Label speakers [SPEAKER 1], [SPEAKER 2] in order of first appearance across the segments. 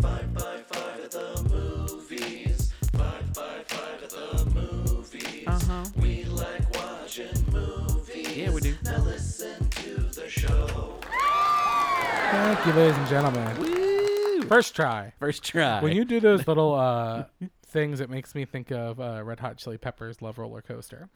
[SPEAKER 1] Five by five at the movies. Five by five at the movies.
[SPEAKER 2] Uh huh.
[SPEAKER 1] We like watching movies.
[SPEAKER 2] Yeah, we do.
[SPEAKER 1] Now listen to the show.
[SPEAKER 3] Thank you, ladies and gentlemen.
[SPEAKER 2] Woo!
[SPEAKER 3] First try.
[SPEAKER 2] First try.
[SPEAKER 3] When you do those little uh, things, it makes me think of uh, Red Hot Chili Peppers' Love Roller Coaster.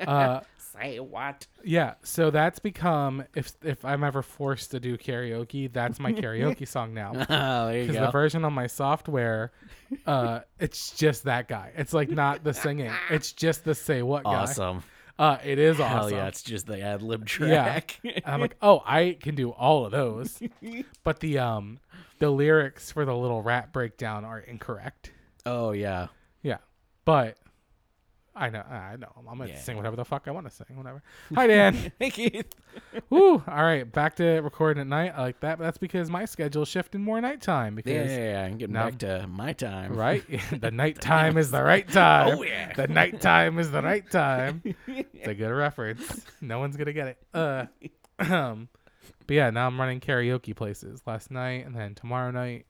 [SPEAKER 3] Uh,
[SPEAKER 2] say what?
[SPEAKER 3] yeah, so that's become if if I'm ever forced to do karaoke, that's my karaoke song now.
[SPEAKER 2] Oh, there you
[SPEAKER 3] Because the
[SPEAKER 2] go.
[SPEAKER 3] version on my software, uh, it's just that guy. It's like not the singing. It's just the say what guy.
[SPEAKER 2] Awesome.
[SPEAKER 3] Uh, it is awesome.
[SPEAKER 2] Hell yeah, it's just the ad lib track.
[SPEAKER 3] And I'm like, oh, I can do all of those. but the um the lyrics for the little rap breakdown are incorrect.
[SPEAKER 2] oh yeah.
[SPEAKER 3] Yeah. But I know I know. I'm gonna
[SPEAKER 2] Yeah.
[SPEAKER 3] sing whatever the fuck I wanna sing, whatever. Hi Dan.
[SPEAKER 2] Thank you.
[SPEAKER 3] Woo. All right, back to recording at night. I like that. But that's because my schedule's shifting more nighttime
[SPEAKER 2] Yeah,
[SPEAKER 3] because
[SPEAKER 2] yeah, yeah. I'm getting
[SPEAKER 3] Now-
[SPEAKER 2] back to my time.
[SPEAKER 3] Right? the nighttime is the right time.
[SPEAKER 2] Oh, yeah.
[SPEAKER 3] The nighttime is the right time. it's a good reference. No one's gonna get it. Uh um but yeah, now I'm running karaoke places last night and then tomorrow night.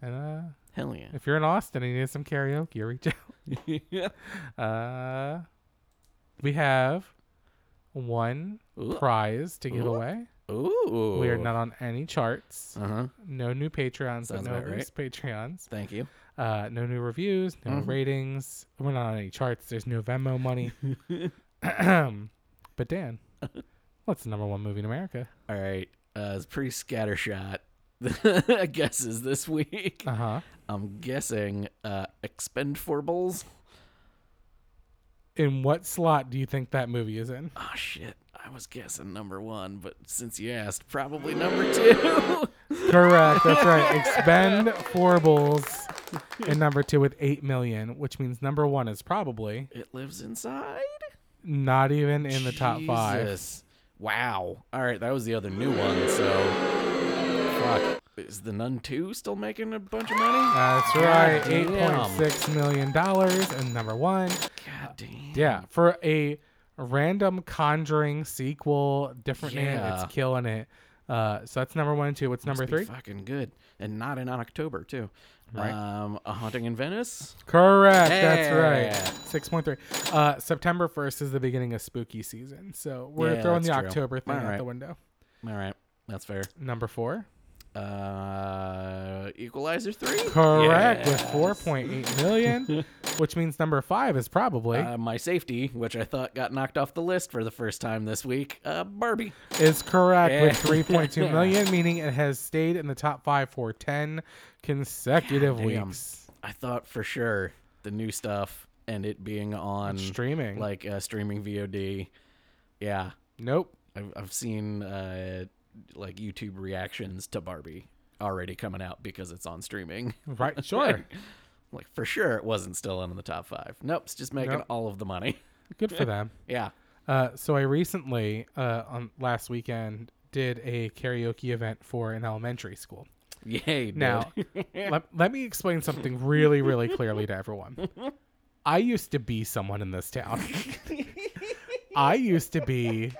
[SPEAKER 3] And uh
[SPEAKER 2] Hell yeah.
[SPEAKER 3] if you're in Austin and you need some karaoke, reach out. Uh we have one
[SPEAKER 2] Ooh.
[SPEAKER 3] prize to give
[SPEAKER 2] Ooh.
[SPEAKER 3] away.
[SPEAKER 2] Ooh.
[SPEAKER 3] We are not on any charts.
[SPEAKER 2] Uh huh.
[SPEAKER 3] No new Patreons, but
[SPEAKER 2] Sounds
[SPEAKER 3] no
[SPEAKER 2] about right.
[SPEAKER 3] loose Patreons.
[SPEAKER 2] Thank you.
[SPEAKER 3] Uh, no new reviews, no
[SPEAKER 2] Mm-hmm.
[SPEAKER 3] ratings. We're not on any charts. There's no Venmo money. but Dan, what's the number one movie in America?
[SPEAKER 2] All right. Uh, it's pretty scattershot. I guess is this week.
[SPEAKER 3] Uh huh.
[SPEAKER 2] I'm guessing uh, expend four bowls.
[SPEAKER 3] In what slot do you think that movie is in?
[SPEAKER 2] Oh shit! I was guessing number one, but since you asked, probably number two.
[SPEAKER 3] Correct. That's right. Expend four bulls in number two with eight million, which means number one is probably
[SPEAKER 2] it lives inside.
[SPEAKER 3] not even in the top five.
[SPEAKER 2] Jesus. Wow. All right, that was the other new one. So, fuck. Is the Nun Two still making a bunch of money?
[SPEAKER 3] That's right. Eight
[SPEAKER 2] Goddamn.
[SPEAKER 3] point six million dollars and number one.
[SPEAKER 2] God damn.
[SPEAKER 3] Yeah, for a random Conjuring sequel, different name,
[SPEAKER 2] Yeah.
[SPEAKER 3] it's killing it. Uh, so that's number one and two. What's number
[SPEAKER 2] Must be
[SPEAKER 3] three?
[SPEAKER 2] Fucking good, and not in October too.
[SPEAKER 3] Right.
[SPEAKER 2] Um, a haunting in Venice.
[SPEAKER 3] Correct.
[SPEAKER 2] Yeah.
[SPEAKER 3] That's right. Six point three. Uh, September first is the beginning of spooky season, so we're
[SPEAKER 2] Yeah,
[SPEAKER 3] throwing the
[SPEAKER 2] that's true.
[SPEAKER 3] October thing out
[SPEAKER 2] Alright.
[SPEAKER 3] the window.
[SPEAKER 2] All right, that's fair.
[SPEAKER 3] Number four.
[SPEAKER 2] Uh, Equalizer three.
[SPEAKER 3] Correct with
[SPEAKER 2] Yes.
[SPEAKER 3] four point eight million, which means number five is probably
[SPEAKER 2] Uh, my safety, which I thought got knocked off the list for the first time this week. Uh, Barbie.
[SPEAKER 3] is correct
[SPEAKER 2] yeah.
[SPEAKER 3] with three point two million, meaning it has stayed in the top five for ten consecutive
[SPEAKER 2] Goddamn.
[SPEAKER 3] weeks.
[SPEAKER 2] I thought for sure the new stuff and it being on
[SPEAKER 3] Streaming.
[SPEAKER 2] like uh, streaming VOD. Yeah,
[SPEAKER 3] nope.
[SPEAKER 2] I've, I've seen uh, like YouTube reactions to Barbie already coming out because it's on streaming.
[SPEAKER 3] Right. Sure.
[SPEAKER 2] Like for sure, it wasn't still in the top five. Nope, it's just making
[SPEAKER 3] Nope.
[SPEAKER 2] all of the money.
[SPEAKER 3] Good for them.
[SPEAKER 2] Yeah.
[SPEAKER 3] Uh, so I recently, uh, on last weekend, did a karaoke event for an elementary school.
[SPEAKER 2] Yay. dude.
[SPEAKER 3] Now, let, let me explain something really, really clearly to everyone. I used to be someone in this town. I used to be.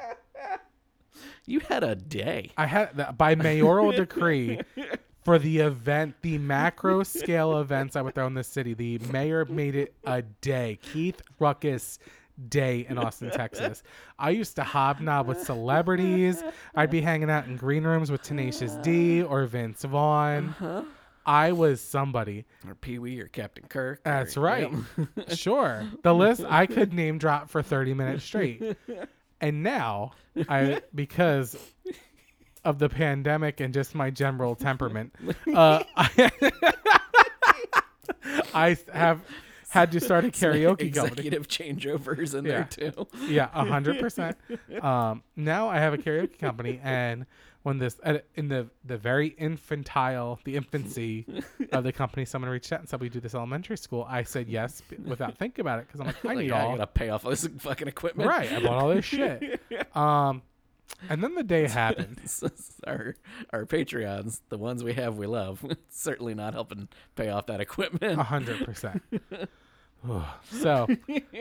[SPEAKER 2] you had a day.
[SPEAKER 3] I had the- by mayoral decree for the event, the macro scale events I would throw in the city. The mayor made it a day. Keith Ruckus day in Austin, Texas. I used to hobnob with celebrities. I'd be hanging out in green rooms with Tenacious D or Vince Vaughn. I was somebody.
[SPEAKER 2] Or Pee Wee or Captain Kirk. or-
[SPEAKER 3] That's right.
[SPEAKER 2] Yep.
[SPEAKER 3] sure. The list I could name drop for 30 minutes straight. And now I because of the pandemic and just my general temperament, uh, I, I have had to start a karaoke company.
[SPEAKER 2] executive changeovers in there too.
[SPEAKER 3] Yeah, a hundred percent. Um, now I have a karaoke company, and when this at- in the the very infantile, the infancy of the company, someone reached out and said, "We do this elementary school." I said yes b- without thinking about it because I'm like, I
[SPEAKER 2] Like,
[SPEAKER 3] need
[SPEAKER 2] I
[SPEAKER 3] all
[SPEAKER 2] gotta pay off all this fucking equipment.
[SPEAKER 3] right. I bought all this shit. Um, and then the day happened.
[SPEAKER 2] This is our our Patreons, the ones we have, we love. It's certainly not helping pay off that equipment.
[SPEAKER 3] A hundred percent. So,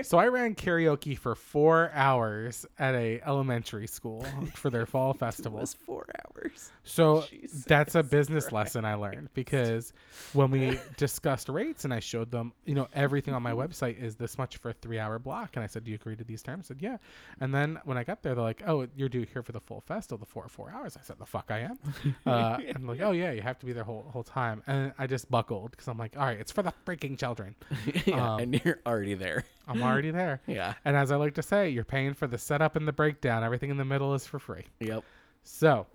[SPEAKER 3] so I ran karaoke for four hours at a elementary school for their fall
[SPEAKER 2] it
[SPEAKER 3] festival.
[SPEAKER 2] was four hours.
[SPEAKER 3] So
[SPEAKER 2] Jesus
[SPEAKER 3] that's a business lesson I learned because when we discussed rates and I showed them, you know, everything on my website is this much for a three hour block. And I said, Do you agree to these terms? I said, Yeah. And then when I got there, they're like, Oh, you're due here for the full festival, the four four hours. I said, The fuck I am. Uh, I'm like, Oh, yeah, you have to be there whole, whole time. And I just buckled because I'm like, All right, it's for the freaking children.
[SPEAKER 2] yeah,
[SPEAKER 3] Um,
[SPEAKER 2] and you're already there.
[SPEAKER 3] I'm already there.
[SPEAKER 2] Yeah.
[SPEAKER 3] And as I like to say, you're paying for the setup and the breakdown. Everything in the middle is for free.
[SPEAKER 2] Yep.
[SPEAKER 3] So,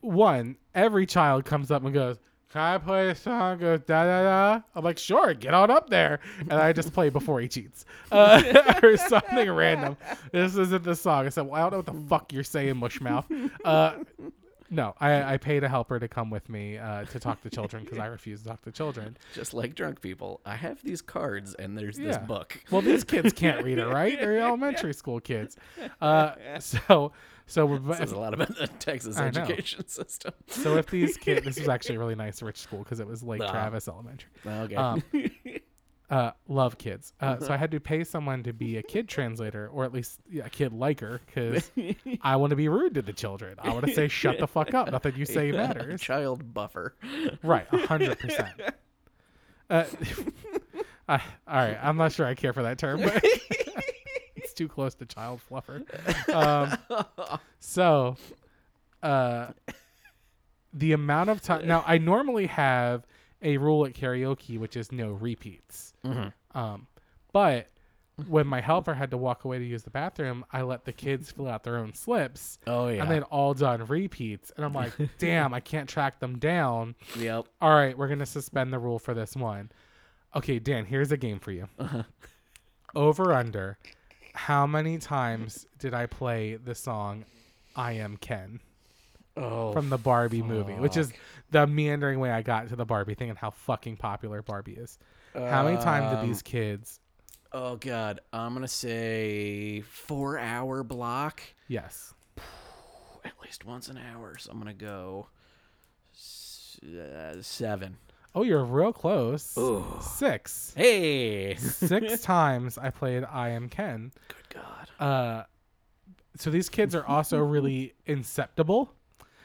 [SPEAKER 3] one, every child comes up and goes, Can I play a song? Goes, da da da. I'm like, Sure, get on up there. And I just play Before He Cheats uh, or something random. This isn't the song. I said, Well, I don't know what the fuck you're saying, mushmouth. Uh, no, I, I paid a helper to come with me uh, to talk to children because I refuse to talk to children.
[SPEAKER 2] Just like drunk people, I have these cards and there's this
[SPEAKER 3] Yeah.
[SPEAKER 2] book.
[SPEAKER 3] Well, these kids can't read it, right? They're elementary school kids. Uh, so, so we're,
[SPEAKER 2] Says a lot about the Texas
[SPEAKER 3] I know.
[SPEAKER 2] education system.
[SPEAKER 3] So if these kids, this was actually a really nice rich school because it was Lake
[SPEAKER 2] Ah.
[SPEAKER 3] Travis Elementary.
[SPEAKER 2] okay.
[SPEAKER 3] Um, uh, love kids. Uh, so I had to pay someone to be a kid translator, or at least yeah, a kid liker, because I want to be rude to the children. I want to say, "Shut the fuck up! Nothing you say matters."
[SPEAKER 2] Child buffer.
[SPEAKER 3] Right, a hundred percent. Uh, I, all right, I'm not sure I care for that term, but it's too close to child fluffer. Um, so, uh, the amount of time now, I normally have a rule at karaoke, which is no repeats.
[SPEAKER 2] Mm-hmm.
[SPEAKER 3] Um, but when my helper had to walk away to use the bathroom, I let the kids fill out their own slips.
[SPEAKER 2] Oh yeah.
[SPEAKER 3] And they'd all done repeats. And I'm like, damn, I can't track them down
[SPEAKER 2] yep.
[SPEAKER 3] all right, we're going to suspend the rule for this one. Okay, Dan, here's a game for you. Over under, how many times did I play the song I Am Ken
[SPEAKER 2] Oh.
[SPEAKER 3] from the Barbie movie, which is the meandering way I got to the Barbie thing and how fucking popular Barbie is? How many times did these kids?
[SPEAKER 2] oh god. I'm gonna say four hour block.
[SPEAKER 3] Yes.
[SPEAKER 2] At least once an hour. So I'm gonna go s- uh, seven.
[SPEAKER 3] Oh, you're real close.
[SPEAKER 2] Ooh.
[SPEAKER 3] Six.
[SPEAKER 2] Hey.
[SPEAKER 3] Six times I played I Am Ken.
[SPEAKER 2] Good god.
[SPEAKER 3] Uh, so these kids are also really inceptible.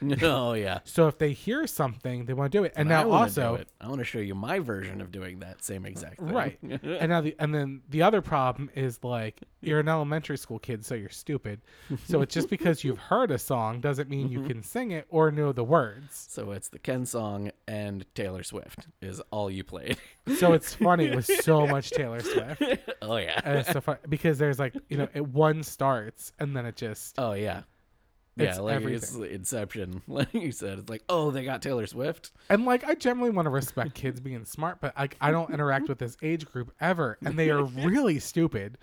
[SPEAKER 2] oh yeah.
[SPEAKER 3] So if they hear something, they want to do it. And
[SPEAKER 2] I
[SPEAKER 3] now
[SPEAKER 2] wanna do
[SPEAKER 3] also,
[SPEAKER 2] it. I want to show you my version of doing that same exact thing.
[SPEAKER 3] right? and now the and then the other problem is like you're an elementary school kid, so you're stupid. So it's just because you've heard a song doesn't mean
[SPEAKER 2] Mm-hmm.
[SPEAKER 3] you can sing it or know the words.
[SPEAKER 2] So it's the Ken song and Taylor Swift is all you played.
[SPEAKER 3] So it's funny with so much Taylor Swift.
[SPEAKER 2] oh yeah.
[SPEAKER 3] And it's so fun because there's like you know it one starts and then it just
[SPEAKER 2] Oh yeah.
[SPEAKER 3] It's
[SPEAKER 2] yeah, like it's Inception, like you said. It's like, oh, they got Taylor Swift.
[SPEAKER 3] and like I generally want to respect kids being smart, but like I don't interact with this age group ever, and they are really stupid.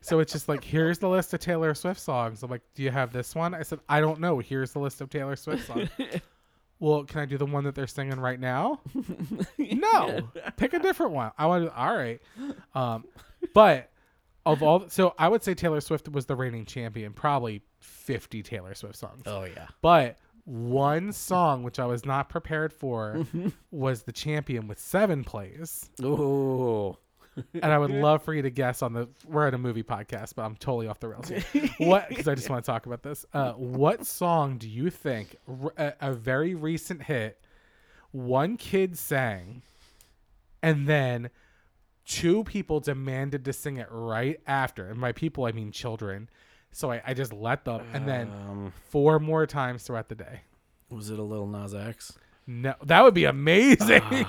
[SPEAKER 3] So it's just like, here's the list of Taylor Swift songs. I'm like, do you have this one? I said, I don't know. Here's the list of Taylor Swift songs. well, can I do the one that they're singing right now? no, pick a different one. I want to. All right, um, but of all, so I would say Taylor Swift was the reigning champion. Probably 50 Taylor Swift songs
[SPEAKER 2] Oh yeah.
[SPEAKER 3] but one song which I was not prepared for was the champion with seven plays.
[SPEAKER 2] Oh.
[SPEAKER 3] And I would love for you to guess on the we're at a movie podcast, but I'm totally off the rails here. What? Because I just want to talk about this. Uh, what song do you think r- a, a very recent hit one kid sang, and then two people demanded to sing it right after? And by people, I mean children. So I, I just let them, and then
[SPEAKER 2] Um,
[SPEAKER 3] four more times throughout the day.
[SPEAKER 2] was it a little Nas X?
[SPEAKER 3] No, that would be amazing.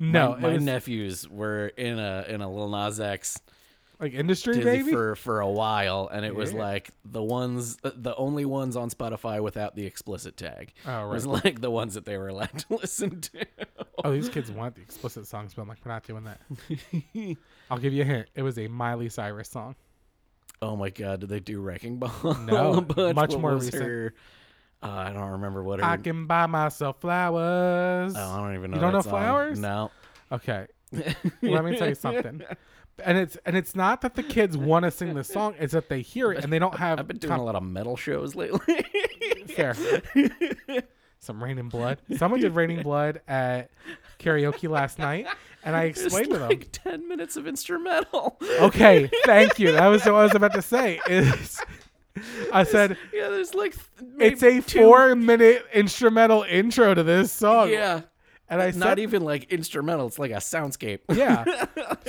[SPEAKER 3] no,
[SPEAKER 2] Ah, my, my
[SPEAKER 3] it was
[SPEAKER 2] nephews were in a in a little Nas X
[SPEAKER 3] like industry
[SPEAKER 2] dizzy
[SPEAKER 3] baby.
[SPEAKER 2] for for a while, and it was
[SPEAKER 3] Yeah.
[SPEAKER 2] like the ones, the only ones on Spotify without the explicit tag.
[SPEAKER 3] Oh,
[SPEAKER 2] was like the ones that they were allowed to listen to.
[SPEAKER 3] oh, these kids want the explicit songs, but I'm like, we're not doing that. I'll give you a hint. It was a Miley Cyrus song.
[SPEAKER 2] Oh my god, did they do Wrecking Ball?
[SPEAKER 3] No,
[SPEAKER 2] but
[SPEAKER 3] much
[SPEAKER 2] what
[SPEAKER 3] more
[SPEAKER 2] was
[SPEAKER 3] recent.
[SPEAKER 2] her- uh, I don't remember what her.
[SPEAKER 3] I can buy myself flowers.
[SPEAKER 2] oh, I don't even know.
[SPEAKER 3] You don't
[SPEAKER 2] that
[SPEAKER 3] know
[SPEAKER 2] song.
[SPEAKER 3] Flowers?
[SPEAKER 2] No.
[SPEAKER 3] Okay, let me tell you something. And it's and it's not that the kids want to sing the song; it's that they hear it and they don't have
[SPEAKER 2] I've been doing a lot of metal shows lately.
[SPEAKER 3] fair. Some rain and blood. Someone did raining blood at karaoke last night, and I
[SPEAKER 2] It's
[SPEAKER 3] explained to them.
[SPEAKER 2] like ten minutes of instrumental.
[SPEAKER 3] Okay, thank you. That was what I was about to say. Is I said
[SPEAKER 2] Yeah, there's like th-
[SPEAKER 3] it's
[SPEAKER 2] maybe
[SPEAKER 3] a
[SPEAKER 2] two-
[SPEAKER 3] four-minute instrumental intro to this song.
[SPEAKER 2] Yeah,
[SPEAKER 3] and I
[SPEAKER 2] not
[SPEAKER 3] said,
[SPEAKER 2] even like instrumental. It's like a soundscape.
[SPEAKER 3] yeah.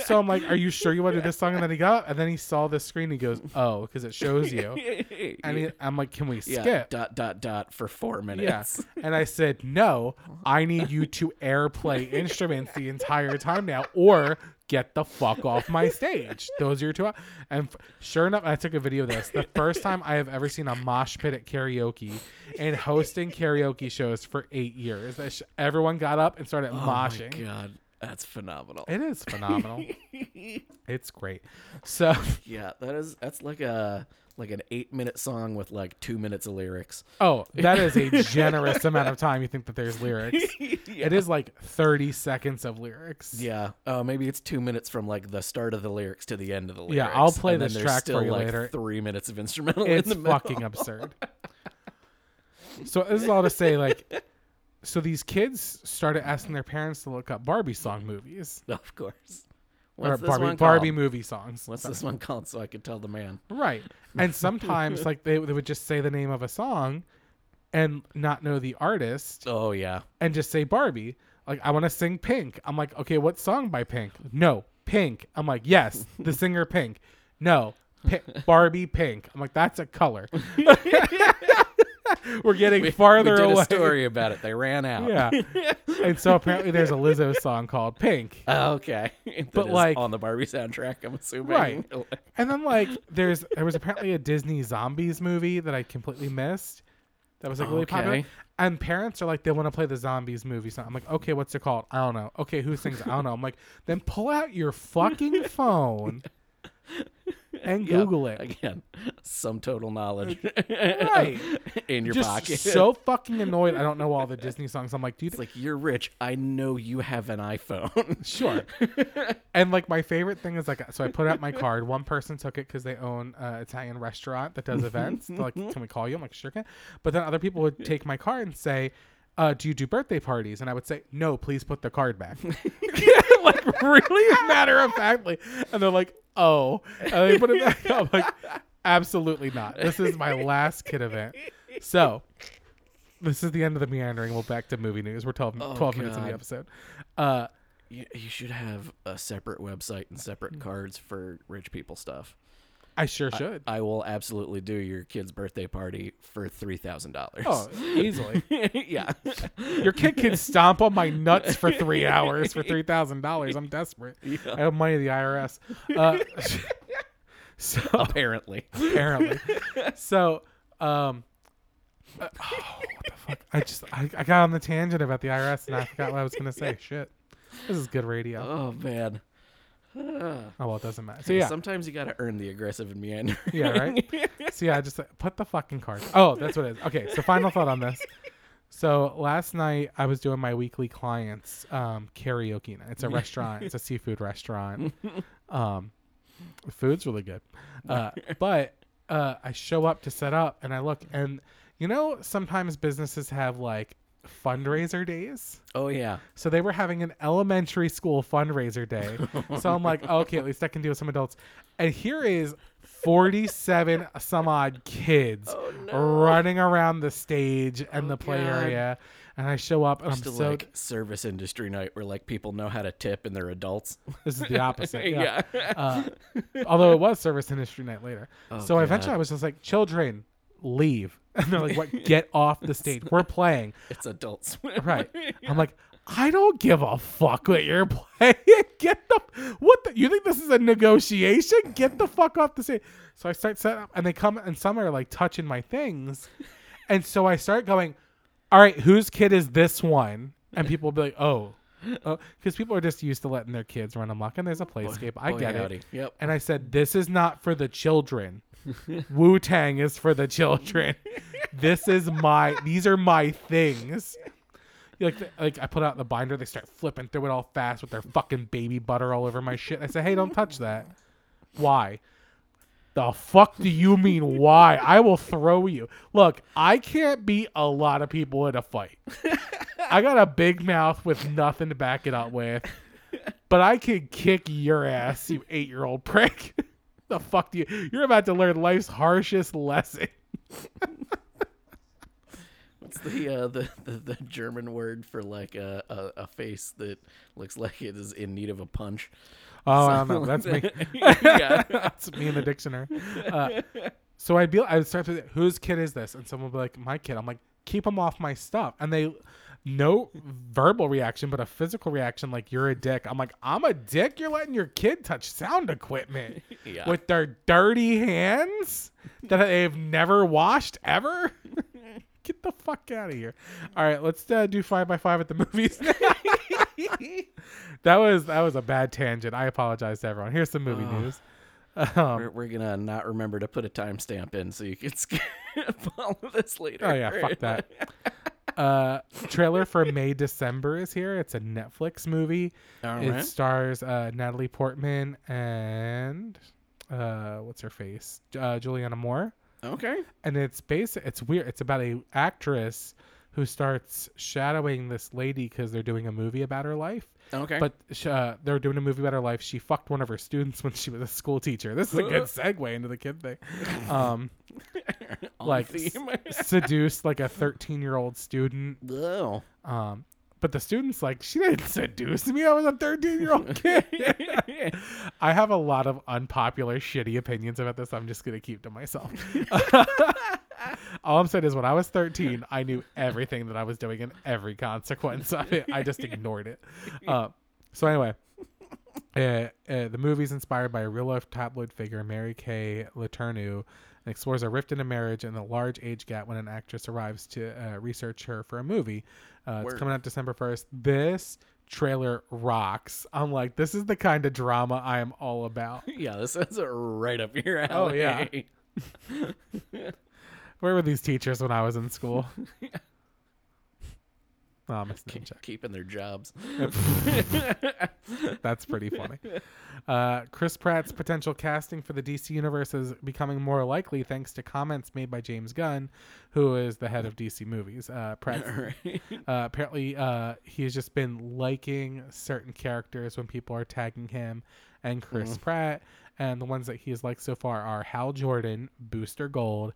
[SPEAKER 3] So I'm like, "Are you sure you want to do this song?" And then he got up, and then he saw the screen. He goes, "Oh, because it shows you." I mean, I'm like, "Can we
[SPEAKER 2] yeah,
[SPEAKER 3] skip?"
[SPEAKER 2] dot dot dot for four
[SPEAKER 3] Yeah.
[SPEAKER 2] minutes.
[SPEAKER 3] And I said, no, I need you to airplay instruments the entire time now or get the fuck off my stage. Those are your two. op- And f- sure enough, I took a video of this. The first time I have ever seen a mosh pit at karaoke and hosting karaoke shows for eight years. That sh- Everyone got up and started moshing.
[SPEAKER 2] Oh my god, that's phenomenal.
[SPEAKER 3] It is phenomenal. it's great. So,
[SPEAKER 2] yeah, that is that's like a like an eight minute song with like two minutes of lyrics.
[SPEAKER 3] oh, that is a generous amount of time you think that there's lyrics.
[SPEAKER 2] yeah.
[SPEAKER 3] It is like 30 seconds of lyrics.
[SPEAKER 2] Yeah. Oh, maybe it's two minutes from like the start of the lyrics to the end of the lyrics.
[SPEAKER 3] Yeah, I'll play
[SPEAKER 2] and then
[SPEAKER 3] this
[SPEAKER 2] there's
[SPEAKER 3] track for
[SPEAKER 2] still
[SPEAKER 3] you
[SPEAKER 2] like
[SPEAKER 3] later.
[SPEAKER 2] Three minutes of instrumental
[SPEAKER 3] it's
[SPEAKER 2] in the middle.
[SPEAKER 3] fucking absurd. So this is all to say, like, so these kids started asking their parents to look up Barbie song movies
[SPEAKER 2] Of course.
[SPEAKER 3] or
[SPEAKER 2] What's this
[SPEAKER 3] Barbie
[SPEAKER 2] one
[SPEAKER 3] Barbie
[SPEAKER 2] called?
[SPEAKER 3] movie songs,
[SPEAKER 2] What's this one called? So I could tell the man.
[SPEAKER 3] right? And sometimes, like, they, they would just say the name of a song and not know the artist
[SPEAKER 2] Oh yeah.
[SPEAKER 3] and just say Barbie. Like, I want to sing Pink. I'm like, okay, what song by Pink? No, Pink. I'm like, yes, the singer Pink. No, Pi- Barbie Pink. I'm like, that's a color. We're getting farther
[SPEAKER 2] we did
[SPEAKER 3] away.
[SPEAKER 2] a story about it. They ran out.
[SPEAKER 3] Yeah. and so apparently there's a Lizzo song called Pink.
[SPEAKER 2] Oh, okay. That
[SPEAKER 3] But,
[SPEAKER 2] is
[SPEAKER 3] like-
[SPEAKER 2] on the Barbie soundtrack, I'm assuming.
[SPEAKER 3] Right. And then like there's there was apparently a Disney zombies movie that I completely missed. That was like really popular.
[SPEAKER 2] Okay.
[SPEAKER 3] And parents are like they want to play the zombies movie song. I'm like, okay, what's it called? I don't know. Okay, who sings? it? I don't know. I'm like, then pull out your fucking phone and
[SPEAKER 2] Yeah,
[SPEAKER 3] Google it.
[SPEAKER 2] Again, some total knowledge
[SPEAKER 3] Right.
[SPEAKER 2] in your
[SPEAKER 3] Just
[SPEAKER 2] pocket.
[SPEAKER 3] so fucking annoyed. I don't know all the Disney songs. I'm like, do you
[SPEAKER 2] it's like you're rich. I know you have an iPhone.
[SPEAKER 3] Sure. and like my favorite thing is like uh, so I put out my card. One person took it because they own an Italian restaurant that does events. They're like, can we call you? I'm like, sure can. But then other people would take my card and say, uh, do you do birthday parties? And I would say, no, please put the card back. like really matter of factly. And they're like, oh. And they put it back. I'm like, absolutely not. This is my last kid event. So this is the end of the meandering. We're back to movie news. We're 12, 12 minutes in the
[SPEAKER 2] God.
[SPEAKER 3] episode. Uh,
[SPEAKER 2] you, you should have a separate website and
[SPEAKER 3] Mm.
[SPEAKER 2] separate cards for rich people stuff.
[SPEAKER 3] I sure should.
[SPEAKER 2] I will absolutely do your kid's birthday party for three thousand dollars.
[SPEAKER 3] Oh, easily.
[SPEAKER 2] yeah.
[SPEAKER 3] Your kid can stomp on my nuts for three hours for three thousand dollars. I'm desperate. I have money to the IRS. Uh, so
[SPEAKER 2] Apparently.
[SPEAKER 3] apparently, so um, uh, oh, what the fuck? I just I, I got on the tangent about the IRS and I forgot what I was gonna say. Shit, this is good radio.
[SPEAKER 2] Oh man. Ah.
[SPEAKER 3] Oh well, it doesn't matter. So yeah,
[SPEAKER 2] Sometimes you gotta earn the aggressive and meandering.
[SPEAKER 3] Yeah, right? so yeah, just uh, put the fucking card. Oh, that's what it is. Okay, so final thought on this. So last night I was doing my weekly clients um, karaoke night. It's a restaurant. It's a seafood restaurant. Um, the food's really good, uh, but uh, I show up to set up and I look and you know sometimes businesses have like fundraiser days.
[SPEAKER 2] oh yeah.
[SPEAKER 3] So they were having an elementary school fundraiser day. so I'm like, okay, at least I can deal with some adults. And here is 47 some odd kids running around the stage and the play
[SPEAKER 2] Oh, God.
[SPEAKER 3] area. And I show up and I'm
[SPEAKER 2] Just a,
[SPEAKER 3] so.
[SPEAKER 2] like service industry night where like people know how to tip and they're adults.
[SPEAKER 3] This is the opposite. Yeah.
[SPEAKER 2] Yeah.
[SPEAKER 3] Uh, although it was service industry night later. so
[SPEAKER 2] Oh, God.
[SPEAKER 3] eventually I was just like, children, leave. And they're like, what? Get off the stage. We're playing.
[SPEAKER 2] It's adult swim.
[SPEAKER 3] Right. I'm like, I don't give a fuck what you're playing. Get the what the you think this is a negotiation? Get the fuck off the stage. So I start setting up and they come and some are like touching my things. And so I start going, All right, whose kid is this one? And people will be like, Oh. Because people are just used to letting their kids run amok and there's a playscape. I
[SPEAKER 2] boy
[SPEAKER 3] get
[SPEAKER 2] howdy.
[SPEAKER 3] it.
[SPEAKER 2] Yep.
[SPEAKER 3] And I said, This is not for the children. Wu Tang is for the children. this is my these are my things. Like like I put out the binder, they start flipping through it all fast with their fucking baby butter all over my shit. I say, hey, don't touch that. Why? The fuck do you mean why? I will throw you. Look, I can't beat a lot of people in a fight. I got a big mouth with nothing to back it up with. But I can kick your ass, you eight year old prick. the fuck do you? You're about to learn life's harshest lesson.
[SPEAKER 2] What's the, uh, the the the German word for like a, a a face that looks like it is in need of a punch?
[SPEAKER 3] Oh, I don't know. That's me.
[SPEAKER 2] yeah.
[SPEAKER 3] That's me in the dictionary. Uh, so I'd be, I would start to, whose kid is this? And someone would be like, my kid. I'm like, keep him off my stuff. And they, no verbal reaction, but a physical reaction, like, you're a dick. I'm like, I'm a dick. You're letting your kid touch sound equipment
[SPEAKER 2] Yeah.
[SPEAKER 3] with their dirty hands that they've never washed ever. Get the fuck out of here. All right, let's uh, do five by five at the movies. that was that was a bad tangent. I apologize to everyone. Here's some movie
[SPEAKER 2] Oh.
[SPEAKER 3] news. Um,
[SPEAKER 2] We're, we're gonna not remember to put a timestamp in so you can skip all of this later.
[SPEAKER 3] Oh yeah, fuck that. Uh, trailer for May December is here. It's a Netflix movie.
[SPEAKER 2] All
[SPEAKER 3] it
[SPEAKER 2] right.
[SPEAKER 3] stars uh, Natalie Portman and uh, what's her face, uh, Juliana Moore.
[SPEAKER 2] Okay.
[SPEAKER 3] And it's basic. It's weird. It's about a actress who starts shadowing this lady because they're doing a movie about her life.
[SPEAKER 2] Okay.
[SPEAKER 3] But sh- uh, they're doing a movie about her life. She fucked one of her students when she was a school teacher. This is a good segue into the kid thing. Um,
[SPEAKER 2] On
[SPEAKER 3] like
[SPEAKER 2] theme.
[SPEAKER 3] seduced like a 13 year old student
[SPEAKER 2] oh.
[SPEAKER 3] um but the student's like she didn't seduce me i was a 13 year old kid i have a lot of unpopular shitty opinions about this i'm just gonna keep to myself all i'm saying is when i was 13 i knew everything that i was doing and every consequence of it i just ignored it uh, so anyway uh, uh, the movie's inspired by a real life tabloid figure, Mary Kay Letourneau, and explores a rift in a marriage and the large age gap when an actress arrives to uh, research her for a movie. Uh, it's
[SPEAKER 2] Word.
[SPEAKER 3] coming out December 1st. This trailer rocks. I'm like, this is the kind of drama I am all about.
[SPEAKER 2] Yeah, this is right up your alley.
[SPEAKER 3] Oh, yeah. Where were these teachers when I was in school? Oh, I missed name check.
[SPEAKER 2] Keeping their jobs.
[SPEAKER 3] That's pretty funny. Uh, Chris Pratt's potential casting for the DC universe is becoming more likely thanks to comments made by James Gunn, who is the head of DC movies. Uh, Pratt
[SPEAKER 2] All right.
[SPEAKER 3] uh, apparently uh, he has just been liking certain characters when people are tagging him and Chris Pratt, and the ones that he has liked so far are Hal Jordan, Booster Gold,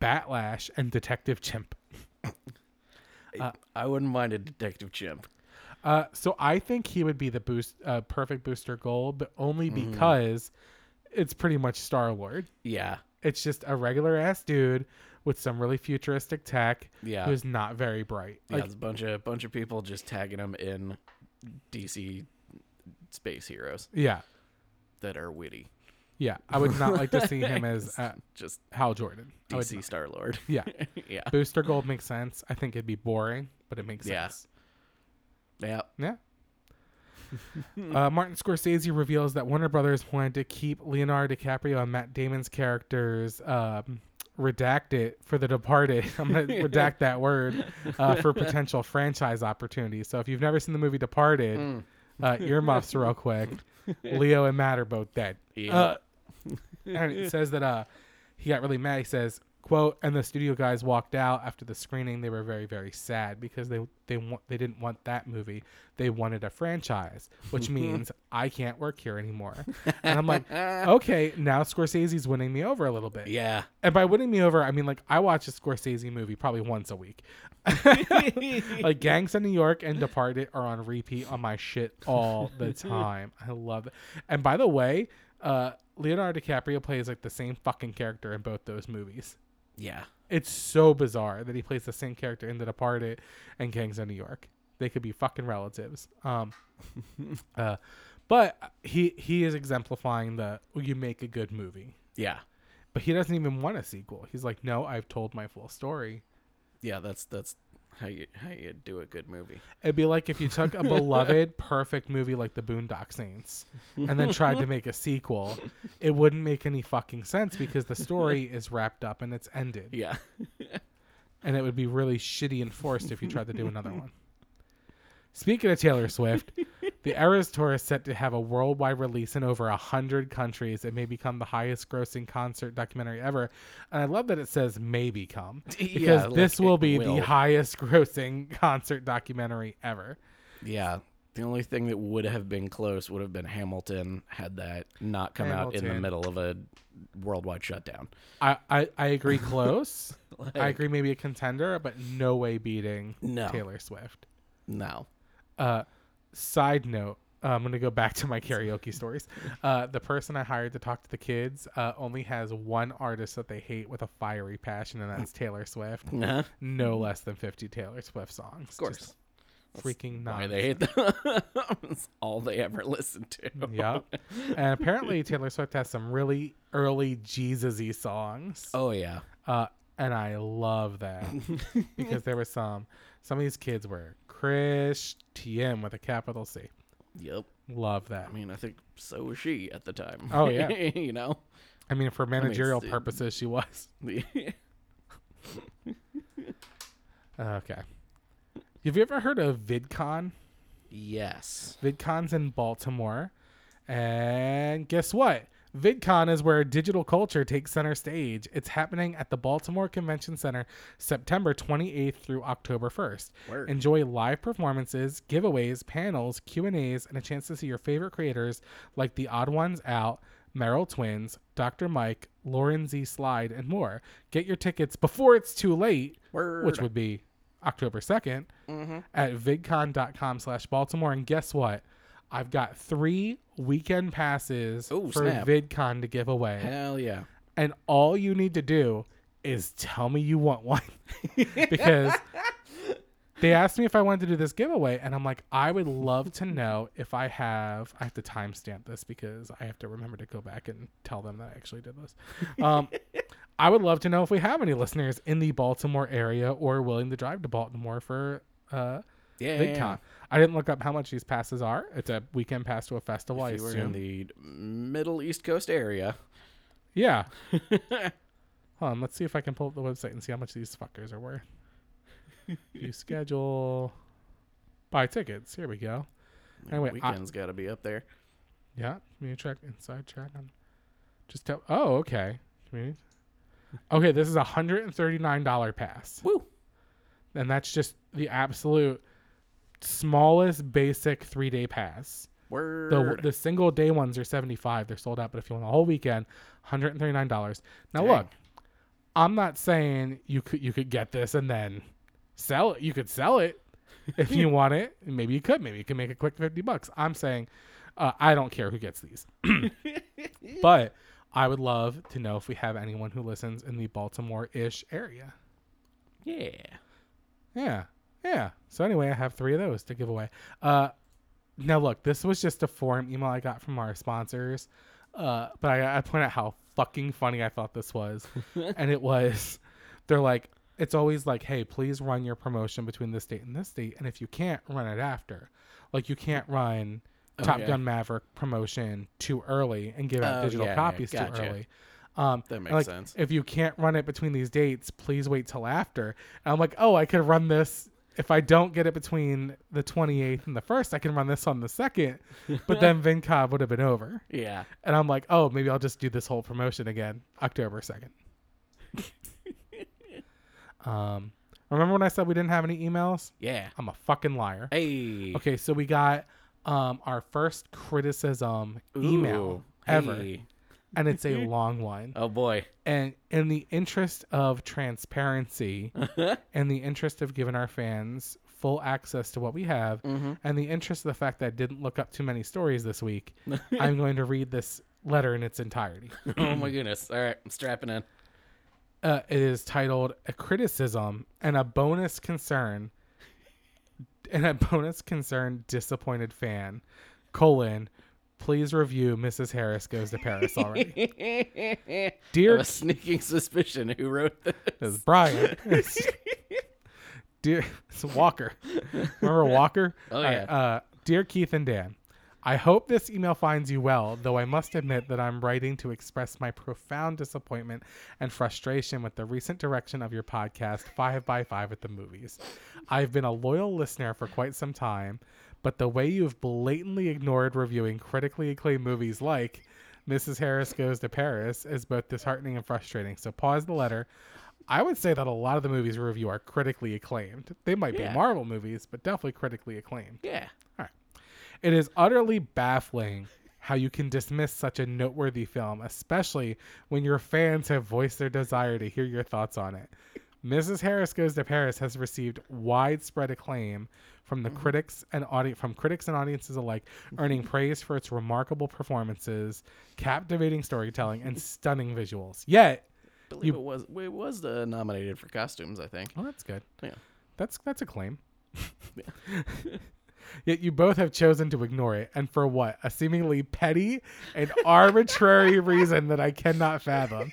[SPEAKER 3] Batlash, and Detective Chimp.
[SPEAKER 2] I wouldn't mind a detective chimp.
[SPEAKER 3] Uh, so I think he would be the boost, uh, perfect booster gold, but only
[SPEAKER 2] Mm-hmm.
[SPEAKER 3] because it's pretty much Star Lord.
[SPEAKER 2] Yeah.
[SPEAKER 3] It's just a regular ass dude with some really futuristic tech
[SPEAKER 2] Yeah.
[SPEAKER 3] who's not very bright.
[SPEAKER 2] Yeah,
[SPEAKER 3] Like,
[SPEAKER 2] it's a bunch of bunch of people just tagging them in DC space heroes
[SPEAKER 3] yeah.
[SPEAKER 2] that are witty.
[SPEAKER 3] yeah, I would not like to see him as uh,
[SPEAKER 2] Just
[SPEAKER 3] Hal Jordan. I would
[SPEAKER 2] DC Star Lord.
[SPEAKER 3] Yeah.
[SPEAKER 2] yeah.
[SPEAKER 3] Booster Gold makes sense. I think it'd be boring, but it makes
[SPEAKER 2] Yeah.
[SPEAKER 3] sense.
[SPEAKER 2] Yeah.
[SPEAKER 3] Yeah. uh, Martin Scorsese reveals that Warner Brothers wanted to keep Leonardo DiCaprio and Matt Damon's characters um, redacted for The Departed. I'm going to redact that word uh, for potential franchise opportunities. So if you've never seen the movie Departed, uh, earmuffs real quick. Leo and Matt are both dead.
[SPEAKER 2] Yeah.
[SPEAKER 3] Uh, and it says that uh, he got really mad. He says, "quote And the studio guys walked out after the screening. They were very, very sad because they they want they didn't want that movie. They wanted a franchise, which means I can't work here anymore." And I'm like, "Okay, now Scorsese's winning me over a little bit."
[SPEAKER 2] yeah.
[SPEAKER 3] And by winning me over, I mean like I watch a Scorsese movie probably once a week. like Gangs of New York and Departed are on repeat on my shit all the time. I love it. And by the way, uh, Leonardo DiCaprio plays like the same fucking character in both those movies.
[SPEAKER 2] Yeah.
[SPEAKER 3] It's so bizarre that he plays the same character in The Departed and Gangs of New York. They could be fucking relatives. Um, uh, but he he is exemplifying the you make a good movie
[SPEAKER 2] Yeah.
[SPEAKER 3] but he doesn't even want a sequel. He's like, no, I've told my full story.
[SPEAKER 2] Yeah, that's that's how you how you do a good movie.
[SPEAKER 3] It'd be like if you took a beloved, perfect movie like The Boondock Saints and then tried to make a sequel. It wouldn't make any fucking sense because the story is wrapped up and it's ended.
[SPEAKER 2] Yeah.
[SPEAKER 3] And it would be really shitty and forced if you tried to do another one. Speaking of Taylor Swift, the Eras Tour is set to have a worldwide release in over 100 countries. It may become the highest grossing concert documentary ever. And I love that it says may become because
[SPEAKER 2] Yeah,
[SPEAKER 3] this
[SPEAKER 2] like,
[SPEAKER 3] will
[SPEAKER 2] it
[SPEAKER 3] be
[SPEAKER 2] will.
[SPEAKER 3] the highest grossing concert documentary ever.
[SPEAKER 2] Yeah. The only thing that would have been close would have been Hamilton had that not come out in the
[SPEAKER 3] Hamilton.
[SPEAKER 2] middle of a worldwide shutdown.
[SPEAKER 3] I, I, I agree close. I
[SPEAKER 2] Like-
[SPEAKER 3] agree maybe a contender, but no way beating
[SPEAKER 2] No.
[SPEAKER 3] Taylor Swift.
[SPEAKER 2] No.
[SPEAKER 3] Uh, side note, uh, I'm gonna go back to my karaoke stories. Uh, the person I hired to talk to the kids uh, only has one artist that they hate with a fiery passion, and that's Taylor Swift.
[SPEAKER 2] Uh-huh.
[SPEAKER 3] No less than 50 Taylor Swift songs. Of
[SPEAKER 2] course.
[SPEAKER 3] freaking
[SPEAKER 2] Why
[SPEAKER 3] not.
[SPEAKER 2] they hate them. It's all they ever listen to.
[SPEAKER 3] Yep. and apparently Taylor Swift has some really early Jesus-y songs.
[SPEAKER 2] Oh yeah.
[SPEAKER 3] Uh, and I love that because there were some some of these kids were Christian with a capital C.
[SPEAKER 2] Yep.
[SPEAKER 3] Love that.
[SPEAKER 2] I mean, I think so was she at the time.
[SPEAKER 3] Oh, yeah.
[SPEAKER 2] you know.
[SPEAKER 3] I mean, for managerial
[SPEAKER 2] it's-
[SPEAKER 3] purposes, she was
[SPEAKER 2] The-
[SPEAKER 3] okay. Have you ever heard of VidCon?
[SPEAKER 2] yes.
[SPEAKER 3] VidCon's in Baltimore, and guess what? VidCon is where digital culture takes center stage. It's happening at the Baltimore Convention Center September 28th through October 1st.
[SPEAKER 2] Word.
[SPEAKER 3] Enjoy live performances, giveaways, panels, Q&As, and a chance to see your favorite creators like The Odd Ones Out, Merrill Twins, Dr. Mike, Lauren Z. Slide, and more. Get your tickets before it's too late,
[SPEAKER 2] Word. Mm-hmm.
[SPEAKER 3] which would be October 2nd, at vidcon.com slash Baltimore. And guess what? I've got three weekend passes
[SPEAKER 2] Oh,
[SPEAKER 3] for
[SPEAKER 2] snap.
[SPEAKER 3] VidCon to give away.
[SPEAKER 2] Hell yeah.
[SPEAKER 3] And all you need to do is tell me you want one. because they asked me if I wanted to do this giveaway. And I'm like, I would love to know if I have, I have to timestamp this because I have to remember to go back and tell them that I actually did this. Um, I would love to know if we have any listeners in the Baltimore area or willing to drive to Baltimore for uh,
[SPEAKER 2] Yeah.
[SPEAKER 3] VidCon. I didn't look up how much these passes are. It's a weekend pass to a festival.
[SPEAKER 2] If you
[SPEAKER 3] I
[SPEAKER 2] were
[SPEAKER 3] assume.
[SPEAKER 2] in the Middle East Coast area.
[SPEAKER 3] Yeah. Hold on, let's see if I can pull up the website and see how much these fuckers are worth. you schedule buy tickets. Here we go. Anyway, I-
[SPEAKER 2] Weekend's got to be up there.
[SPEAKER 3] Yeah, community track, inside track. On, just tell. Oh, okay. Community. Okay, this is a hundred and thirty nine dollar pass,
[SPEAKER 2] Woo.
[SPEAKER 3] and that's just the absolute smallest basic three day pass.
[SPEAKER 2] Word.
[SPEAKER 3] The the single day ones are seventy five. They're sold out. But if you want the whole weekend, one hundred and thirty nine dollars. Now
[SPEAKER 2] Dang.
[SPEAKER 3] look, I'm not saying you could you could get this and then sell it. You could sell it if you want it. Maybe you could. Maybe you could make a quick fifty bucks. I'm saying uh, I don't care who gets these, but I would love to know if we have anyone who listens in the Baltimore ish area.
[SPEAKER 2] yeah.
[SPEAKER 3] Yeah. Yeah. So anyway, I have three of those to give away. Uh now look, this was just a form email I got from our sponsors. Uh but I I point out how fucking funny I thought this was. and it was they're like it's always like, hey, please run your promotion between this date and this date, and if you can't, run it after. Like you can't run Top
[SPEAKER 2] Oh, yeah.
[SPEAKER 3] Gun Maverick promotion too early and give out
[SPEAKER 2] Oh,
[SPEAKER 3] digital
[SPEAKER 2] yeah, yeah,
[SPEAKER 3] copies
[SPEAKER 2] gotcha.
[SPEAKER 3] too early. Um,
[SPEAKER 2] That
[SPEAKER 3] and,
[SPEAKER 2] makes
[SPEAKER 3] like,
[SPEAKER 2] sense.
[SPEAKER 3] If you can't run it between these dates, please wait till after. And I'm like, oh, I could run this. If I don't get it between the 28th and the 1st, I can run this on the 2nd. But then VinCob would have been over.
[SPEAKER 2] Yeah.
[SPEAKER 3] And I'm like, oh, maybe I'll just do this whole promotion again, October 2nd. um, remember when I said we didn't have any emails?
[SPEAKER 2] Yeah.
[SPEAKER 3] I'm a fucking liar.
[SPEAKER 2] Hey.
[SPEAKER 3] Okay, so we got um, our first criticism
[SPEAKER 2] Ooh.
[SPEAKER 3] email ever,
[SPEAKER 2] Hey.
[SPEAKER 3] and it's a long one.
[SPEAKER 2] Oh boy.
[SPEAKER 3] And in the interest of transparency, and the interest of giving our fans full access to what we have, and the interest of the fact that I didn't look up too many stories this week, I'm going to read this letter in its entirety.
[SPEAKER 2] oh my goodness. All right. I'm strapping in.
[SPEAKER 3] Uh, it is titled "A Criticism and a Bonus Concern." And a bonus concern, disappointed fan, colon, please review Mrs. Harris goes to Paris already.
[SPEAKER 2] I
[SPEAKER 3] Dear
[SPEAKER 2] have a sneaking suspicion who wrote this.
[SPEAKER 3] It's Brian. It's- dear, it's Walker. Remember Walker?
[SPEAKER 2] Oh,
[SPEAKER 3] All right,
[SPEAKER 2] yeah.
[SPEAKER 3] uh, dear Keith and Dan, I hope this email finds you well, though I must admit that I'm writing to express my profound disappointment and frustration with the recent direction of your podcast, 5 by 5 at the Movies. I've been a loyal listener for quite some time, but the way you've blatantly ignored reviewing critically acclaimed movies like Mrs. Harris Goes to Paris is both disheartening and frustrating. So pause the letter. I would say that a lot of the movies we review are critically acclaimed. They might
[SPEAKER 2] Yeah.
[SPEAKER 3] be Marvel movies, but definitely critically acclaimed.
[SPEAKER 2] Yeah.
[SPEAKER 3] It is utterly baffling how you can dismiss such a noteworthy film, especially when your fans have voiced their desire to hear your thoughts on it. Mrs. Harris Goes to Paris has received widespread acclaim from the critics and audi- from critics and audiences alike, earning praise for its remarkable performances, captivating storytelling, and stunning visuals. Yet,
[SPEAKER 2] I believe it was it was uh, nominated for costumes, I think.
[SPEAKER 3] well, that's good.
[SPEAKER 2] Yeah.
[SPEAKER 3] That's that's a claim. Yet you both have chosen to ignore it, and for what? A seemingly petty and arbitrary reason that I cannot fathom.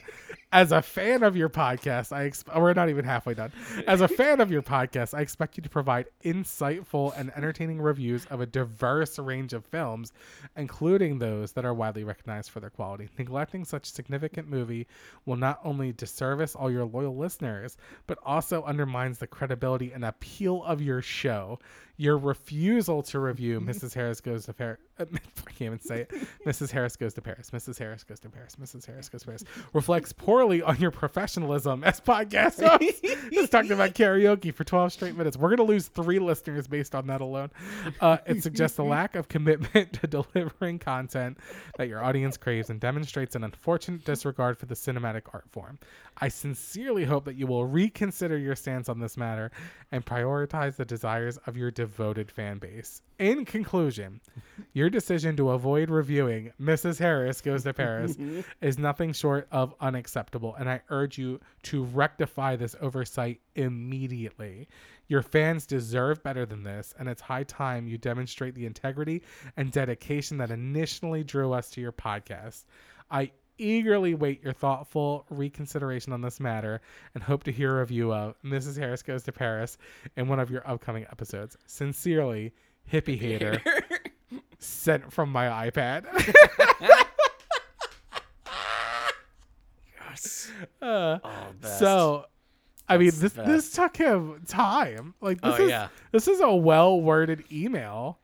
[SPEAKER 3] As a fan of your podcast, I ex- we're not even halfway done. As a fan of your podcast, I expect you to provide insightful and entertaining reviews of a diverse range of films, including those that are widely recognized for their quality. Neglecting such significant movie will not only disservice all your loyal listeners, but also undermines the credibility and appeal of your show. Your refusal to review Mrs. Harris Goes to Paris. I can't even say it. Mrs. Harris Goes to Paris. Mrs. Harris Goes to Paris. Mrs. Harris Goes to Paris. Reflects poorly on your professionalism as podcast hosts. Just talking about karaoke for 12 straight minutes. We're going to lose three listeners based on that alone. Uh, it suggests a lack of commitment to delivering content that your audience craves and demonstrates an unfortunate disregard for the cinematic art form. I sincerely hope that you will reconsider your stance on this matter and prioritize the desires of your devoted fan base. In conclusion, your decision to avoid reviewing Mrs. Harris Goes to Paris is nothing short of unacceptable, and I urge you to rectify this oversight immediately. Your fans deserve better than this, and it's high time you demonstrate the integrity and dedication that initially drew us to your podcast. I eagerly wait your thoughtful reconsideration on this matter and hope to hear a review of Mrs. Harris Goes to Paris in one of your upcoming episodes. Sincerely, Hippie, Hater, sent from my iPad.
[SPEAKER 2] Yes.
[SPEAKER 3] Uh,
[SPEAKER 2] Oh, best.
[SPEAKER 3] so, I mean,
[SPEAKER 2] That's
[SPEAKER 3] this
[SPEAKER 2] the
[SPEAKER 3] this took him time. Like this
[SPEAKER 2] Oh,
[SPEAKER 3] is
[SPEAKER 2] yeah.
[SPEAKER 3] this is a well worded email.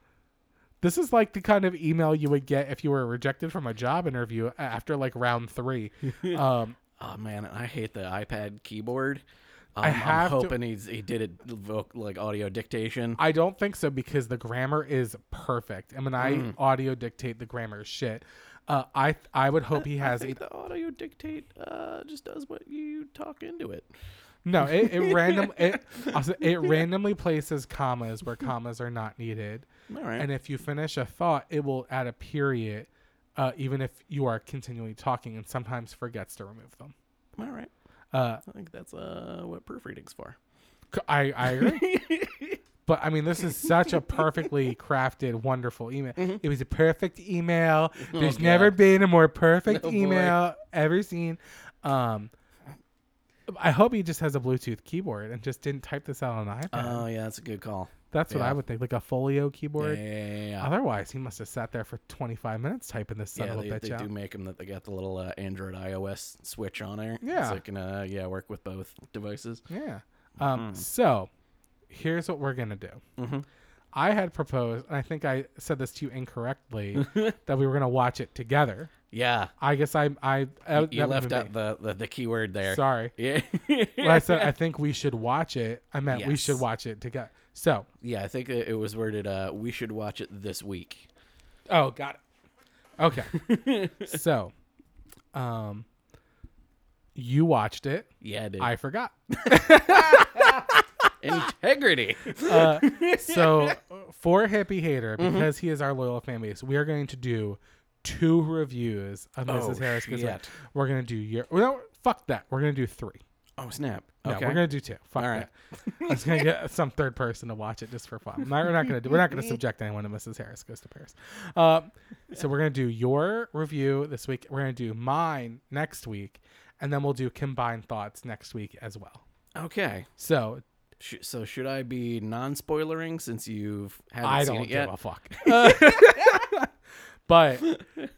[SPEAKER 3] This is like the kind of email you would get if you were rejected from a job interview after like round three. um,
[SPEAKER 2] Oh man, I hate the iPad keyboard. Um,
[SPEAKER 3] I have to-
[SPEAKER 2] am hoping he's, he did it voc- like audio dictation.
[SPEAKER 3] I don't think so because the grammar is perfect. And when I
[SPEAKER 2] Mm.
[SPEAKER 3] audio dictate, the grammar is shit. Uh, I I would hope he
[SPEAKER 2] I
[SPEAKER 3] has
[SPEAKER 2] think
[SPEAKER 3] it.
[SPEAKER 2] the audio dictate uh, just does what you talk into it.
[SPEAKER 3] No, it, it random it also, it randomly places commas where commas are not needed.
[SPEAKER 2] All right.
[SPEAKER 3] And if you finish a thought, it will add a period, uh, even if you are continually talking, and sometimes forgets to remove them.
[SPEAKER 2] All right.
[SPEAKER 3] Uh,
[SPEAKER 2] I think that's uh, what proofreading's for.
[SPEAKER 3] c- I I agree. But I mean, this is such a perfectly crafted, wonderful email. It was a perfect email. There's
[SPEAKER 2] Mm-hmm. Oh, God.
[SPEAKER 3] never been a more perfect
[SPEAKER 2] No, boy.
[SPEAKER 3] email ever seen. Um, I hope he just has a Bluetooth keyboard and just didn't type this out on an iPad.
[SPEAKER 2] Oh yeah, that's a good call.
[SPEAKER 3] That's what
[SPEAKER 2] yeah.
[SPEAKER 3] I would think, like a folio keyboard.
[SPEAKER 2] Yeah, yeah, yeah, yeah.
[SPEAKER 3] Otherwise, he must have sat there for 25 minutes typing this son
[SPEAKER 2] Yeah,
[SPEAKER 3] of a
[SPEAKER 2] they,
[SPEAKER 3] bitch
[SPEAKER 2] they
[SPEAKER 3] out.
[SPEAKER 2] do make them that they got the little uh, Android iOS switch on there.
[SPEAKER 3] Yeah.
[SPEAKER 2] so it can uh, yeah work with both devices.
[SPEAKER 3] Yeah.
[SPEAKER 2] Hmm.
[SPEAKER 3] Um, So here's what we're going to do.
[SPEAKER 2] Mhm.
[SPEAKER 3] I had proposed, and I think I said this to you incorrectly, that we were going to watch it together.
[SPEAKER 2] Yeah,
[SPEAKER 3] I guess I I that-
[SPEAKER 2] you, you
[SPEAKER 3] that would've
[SPEAKER 2] left
[SPEAKER 3] been
[SPEAKER 2] out the, the the keyword
[SPEAKER 3] me.
[SPEAKER 2] there.
[SPEAKER 3] Sorry.
[SPEAKER 2] Yeah,
[SPEAKER 3] When I said I think we should watch it, I meant we should
[SPEAKER 2] Yes.
[SPEAKER 3] watch it together. So,
[SPEAKER 2] yeah. I think it, it was worded. Uh, we should watch it this week.
[SPEAKER 3] oh, got it. Okay. so, um, you watched it.
[SPEAKER 2] Yeah, dude.
[SPEAKER 3] I Ah! forgot.
[SPEAKER 2] Integrity.
[SPEAKER 3] Uh, so, for Hippie Hater,
[SPEAKER 2] Mm-hmm.
[SPEAKER 3] because he is our loyal fan base, we are going to do two reviews of Mrs.
[SPEAKER 2] Oh,
[SPEAKER 3] Harris. Goes Away.
[SPEAKER 2] shit.
[SPEAKER 3] We're going to do your. Well, no, fuck that. We're going to do three.
[SPEAKER 2] Oh snap.
[SPEAKER 3] No,
[SPEAKER 2] okay.
[SPEAKER 3] we're gonna do two. Fuck
[SPEAKER 2] All
[SPEAKER 3] that. I was gonna get some third person to watch it just for fun. No, we're not gonna do. We're not gonna subject anyone to Mrs. Harris goes to Paris. Um, so we're gonna do your review this week. We're gonna do mine next week, and then we'll do combined thoughts next week as well.
[SPEAKER 2] Okay.
[SPEAKER 3] So
[SPEAKER 2] Sh- so should I be non-spoilering since you've haven't
[SPEAKER 3] I
[SPEAKER 2] seen
[SPEAKER 3] don't
[SPEAKER 2] it yet?
[SPEAKER 3] give a fuck. but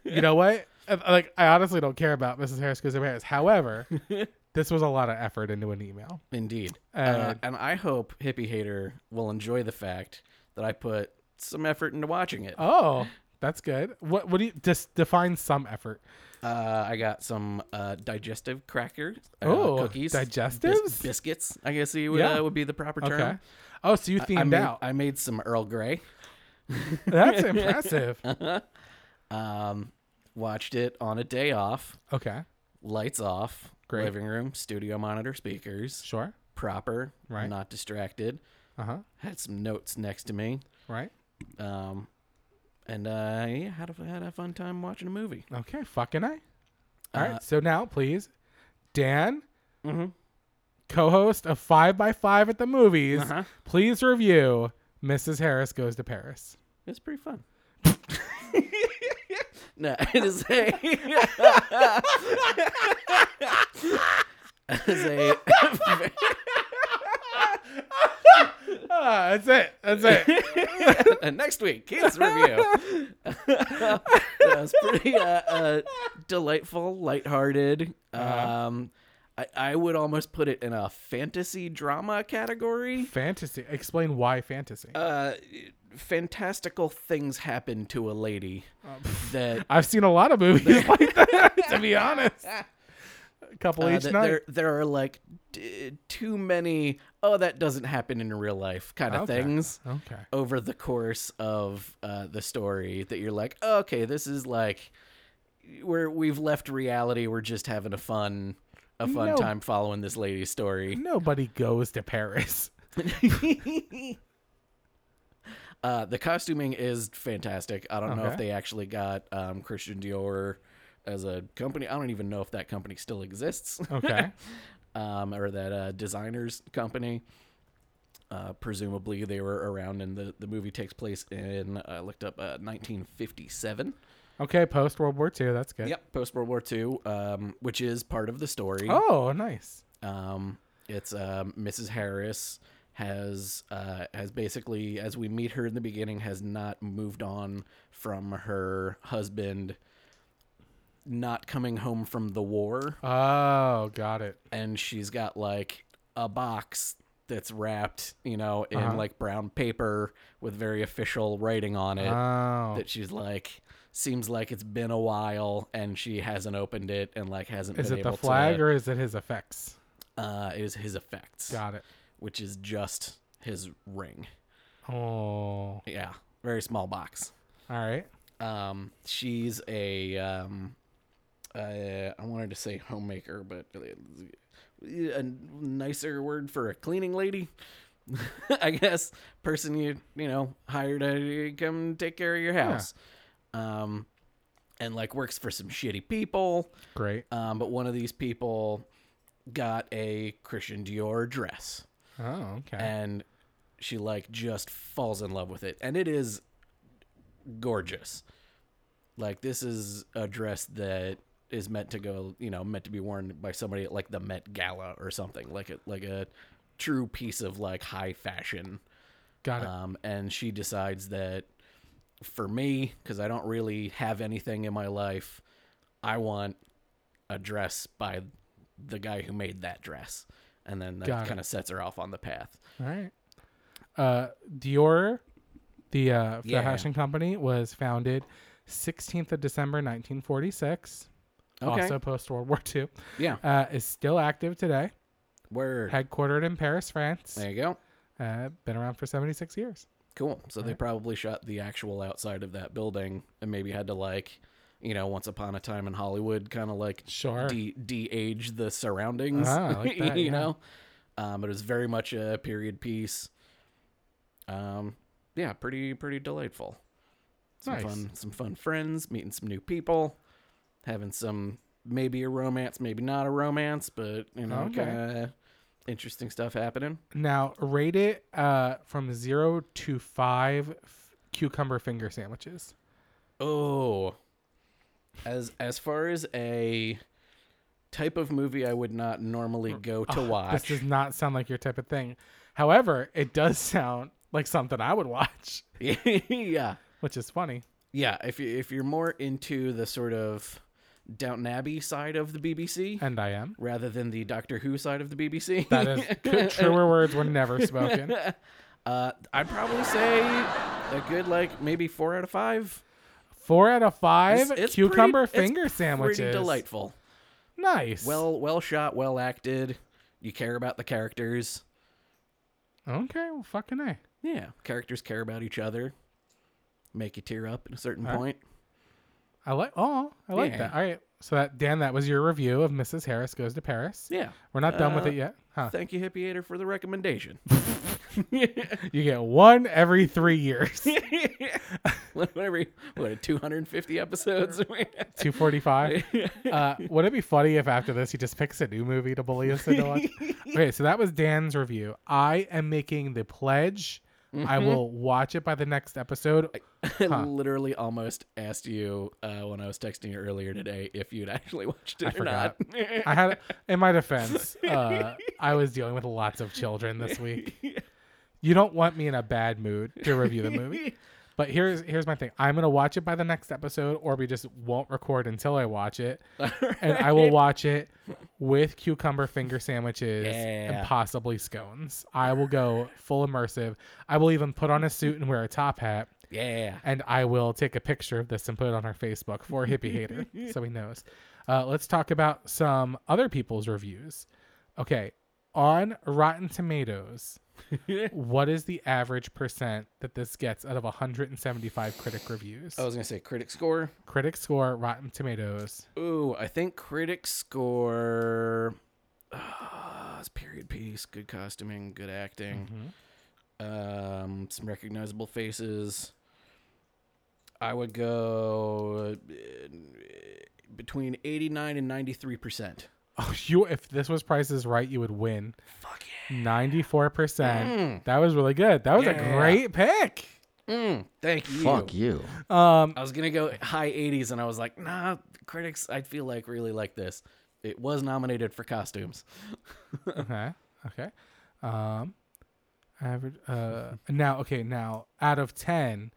[SPEAKER 3] you know what? If- Like I honestly don't care about Mrs. Harris goes to Paris. However, this was a lot of effort into an email.
[SPEAKER 2] Indeed. Uh,
[SPEAKER 3] Uh,
[SPEAKER 2] and I hope Hippie Hater will enjoy the fact that I put some effort into watching it.
[SPEAKER 3] Oh, that's good. What? What do you just define some effort?
[SPEAKER 2] Uh, I got some uh, digestive crackers, uh,
[SPEAKER 3] Oh,
[SPEAKER 2] cookies,
[SPEAKER 3] digestives?
[SPEAKER 2] biscuits. I guess you would
[SPEAKER 3] Yeah.
[SPEAKER 2] uh, would be the proper term.
[SPEAKER 3] Okay. Oh, so you
[SPEAKER 2] I
[SPEAKER 3] themed
[SPEAKER 2] made,
[SPEAKER 3] out.
[SPEAKER 2] I made some Earl Grey.
[SPEAKER 3] That's impressive.
[SPEAKER 2] Um, watched it on a day off,
[SPEAKER 3] Okay.
[SPEAKER 2] lights off,
[SPEAKER 3] Great.
[SPEAKER 2] living room, studio monitor, speakers,
[SPEAKER 3] Sure.
[SPEAKER 2] proper,
[SPEAKER 3] Right.
[SPEAKER 2] not distracted.
[SPEAKER 3] Uh huh.
[SPEAKER 2] Had some notes next to me.
[SPEAKER 3] Right.
[SPEAKER 2] Um, and uh, yeah, had a, had a fun time watching a movie.
[SPEAKER 3] Okay. Fucking I. All right.
[SPEAKER 2] Uh,
[SPEAKER 3] So now, please, Dan,
[SPEAKER 2] Mhm.
[SPEAKER 3] co-host of Five by Five at the Movies,
[SPEAKER 2] Uh-huh.
[SPEAKER 3] please review Mrs. Harris Goes to Paris.
[SPEAKER 2] It's pretty fun. no, it is a. it is a
[SPEAKER 3] Ah, that's it. That's it.
[SPEAKER 2] and next week, kids review. that was pretty uh, uh, delightful, lighthearted. Um, I, I would almost put it in a fantasy drama category.
[SPEAKER 3] fantasy. Explain why fantasy.
[SPEAKER 2] Uh, fantastical things happen to a lady that.
[SPEAKER 3] I've seen a lot of movies like that, to be honest. A couple
[SPEAKER 2] Uh,
[SPEAKER 3] each
[SPEAKER 2] that
[SPEAKER 3] night.
[SPEAKER 2] there, there are like d- too many. Oh, that doesn't happen in real life, kind of
[SPEAKER 3] Okay.
[SPEAKER 2] things.
[SPEAKER 3] Okay.
[SPEAKER 2] over the course of uh, the story that you're like, oh, okay, this is like we're we've left reality. We're just having a fun a fun
[SPEAKER 3] No. Mm-hmm.
[SPEAKER 2] time following this lady's story.
[SPEAKER 3] Nobody goes to Paris.
[SPEAKER 2] uh, the costuming is fantastic. I don't know
[SPEAKER 3] Okay.
[SPEAKER 2] if they actually got um, Christian Dior as a company. I don't even know if that company still exists.
[SPEAKER 3] Okay.
[SPEAKER 2] um, or that uh, designers company. Uh, presumably, they were around, and the, the movie takes place in I looked up uh, 1957.
[SPEAKER 3] okay. Post World War II. That's good.
[SPEAKER 2] Yep, post World War II, um, which is part of the story.
[SPEAKER 3] Oh, nice.
[SPEAKER 2] Um, it's um, Mrs. Harris has uh, has basically, as we meet her in the beginning, has not moved on from her husband not coming home from the war
[SPEAKER 3] Oh, got it.
[SPEAKER 2] and she's got like a box that's wrapped, you know, in
[SPEAKER 3] Uh-huh.
[SPEAKER 2] like brown paper with very official writing on it.
[SPEAKER 3] Oh.
[SPEAKER 2] That she's like, seems like it's been a while, and she hasn't opened it, and like hasn't.
[SPEAKER 3] Is
[SPEAKER 2] been
[SPEAKER 3] it the
[SPEAKER 2] able
[SPEAKER 3] flag
[SPEAKER 2] to,
[SPEAKER 3] or is it his effects?
[SPEAKER 2] uh, it is his effects,
[SPEAKER 3] Got it.
[SPEAKER 2] which is just his ring.
[SPEAKER 3] Oh. All
[SPEAKER 2] Yeah, very small box.
[SPEAKER 3] right.
[SPEAKER 2] Um, she's a um, uh, I wanted to say homemaker, but a nicer word for a cleaning lady, I guess. Person you you know hire to come take care of your house, um, and like works for some shitty people.
[SPEAKER 3] Great.
[SPEAKER 2] Um, but one of these people got a Christian Dior dress
[SPEAKER 3] Oh, okay.
[SPEAKER 2] and she like just falls in love with it and it is gorgeous like this is a dress that is meant to go you know meant to be worn by somebody at like the met gala or something like a like a true piece of like high fashion
[SPEAKER 3] got it.
[SPEAKER 2] um, and she decides that for me because i don't really have anything in my life i want a dress by the guy who made that dress and then
[SPEAKER 3] Got
[SPEAKER 2] that
[SPEAKER 3] it.
[SPEAKER 2] kind of sets her off on the path
[SPEAKER 3] All right. Uh, Dior, the uh,
[SPEAKER 2] Yeah.
[SPEAKER 3] fashion company, was founded 16th of December 1946.
[SPEAKER 2] Okay.
[SPEAKER 3] Also post World War II.
[SPEAKER 2] Yeah.
[SPEAKER 3] Uh, is still active today.
[SPEAKER 2] Word.
[SPEAKER 3] Headquartered in Paris, France.
[SPEAKER 2] There you go.
[SPEAKER 3] Uh, been around for 76 years.
[SPEAKER 2] Cool. So they probably shot the actual outside of that building and maybe had to like, you know, once upon a time in Hollywood, kind of like
[SPEAKER 3] Sure.
[SPEAKER 2] de de-age the surroundings.
[SPEAKER 3] Ah, I like that,
[SPEAKER 2] you
[SPEAKER 3] yeah.
[SPEAKER 2] know, um, it was very much a period piece. Um, yeah, pretty pretty delightful. Some
[SPEAKER 3] Nice.
[SPEAKER 2] fun, some fun friends, meeting some new people, having some maybe a romance, maybe not a romance, but you know,
[SPEAKER 3] Okay.
[SPEAKER 2] kinda interesting stuff happening.
[SPEAKER 3] Now, rate it uh, from zero to five f- cucumber finger sandwiches.
[SPEAKER 2] Oh, as as far as a type of movie, I would not normally go to
[SPEAKER 3] Oh, This
[SPEAKER 2] watch.
[SPEAKER 3] does not sound like your type of thing. However, it does sound like something I would watch,
[SPEAKER 2] yeah,
[SPEAKER 3] which is funny.
[SPEAKER 2] yeah. If you if you're more into the sort of Downton Abbey side of the BBC
[SPEAKER 3] And I am.
[SPEAKER 2] rather than the Doctor Who side of the BBC,
[SPEAKER 3] That is truer words were never spoken.
[SPEAKER 2] uh, I'd probably say a good like maybe four out of five.
[SPEAKER 3] Four out of five
[SPEAKER 2] It's- it's pretty-
[SPEAKER 3] cucumber
[SPEAKER 2] it's
[SPEAKER 3] finger sandwiches.
[SPEAKER 2] Pretty delightful.
[SPEAKER 3] Nice.
[SPEAKER 2] Well, well shot, well acted. You care about the characters.
[SPEAKER 3] okay. Well, fucking a.
[SPEAKER 2] Yeah, characters care about each other. make you tear up at a certain
[SPEAKER 3] Alright.
[SPEAKER 2] point.
[SPEAKER 3] I like. Oh, I like
[SPEAKER 2] Yeah.
[SPEAKER 3] that. All right. So that Dan, that was your review of Mrs. Harris Goes to Paris.
[SPEAKER 2] Yeah.
[SPEAKER 3] We're not done with
[SPEAKER 2] Uh,
[SPEAKER 3] it yet, huh?
[SPEAKER 2] Thank you, Hippie Hater, for the recommendation.
[SPEAKER 3] you get one every three years.
[SPEAKER 2] Whatever, what, 250 episodes?
[SPEAKER 3] Two forty-five. Uh, would it be funny if after this he just picks a new movie to bully us into watching? okay, so that was Dan's review. I am making the pledge. I will watch it by the next episode.
[SPEAKER 2] I literally almost asked you uh, when I was texting you earlier today if you'd actually watched it or
[SPEAKER 3] forgot.
[SPEAKER 2] not.
[SPEAKER 3] I had, in my defense, uh, I was dealing with lots of children this week. You don't want me in a bad mood to review the movie. But here's here's my thing. I'm gonna watch it by the next episode, or we just won't record until I watch it, and I will watch it with cucumber finger sandwiches
[SPEAKER 2] Yeah.
[SPEAKER 3] and possibly scones. I will go full immersive. I will even put on a suit and wear a top hat,
[SPEAKER 2] yeah.
[SPEAKER 3] and I will take a picture of this and put it on our Facebook for Hippie Hater, so he knows. Uh, let's talk about some other people's reviews. Okay, on Rotten Tomatoes, what is the average percent that this gets out of 175 critic reviews?
[SPEAKER 2] I was going to say critic score.
[SPEAKER 3] Critic score Rotten Tomatoes.
[SPEAKER 2] Ooh, I think critic score. Ah, it's period piece, good costuming, good acting, um, some recognizable faces. I would go uh, between 89 and 93%.
[SPEAKER 3] Oh, you if this was Price is Right, you would win.
[SPEAKER 2] Fuck yeah. Mm.
[SPEAKER 3] 94%. That was really good. That was
[SPEAKER 2] Yeah.
[SPEAKER 3] a great pick.
[SPEAKER 2] Mm, thank you.
[SPEAKER 1] Fuck you.
[SPEAKER 3] Um
[SPEAKER 2] I was going to go high 80s, and I was like, nah, critics, I feel like really like this. It was nominated for costumes.
[SPEAKER 3] okay. Okay. Um average uh now okay, now out of 10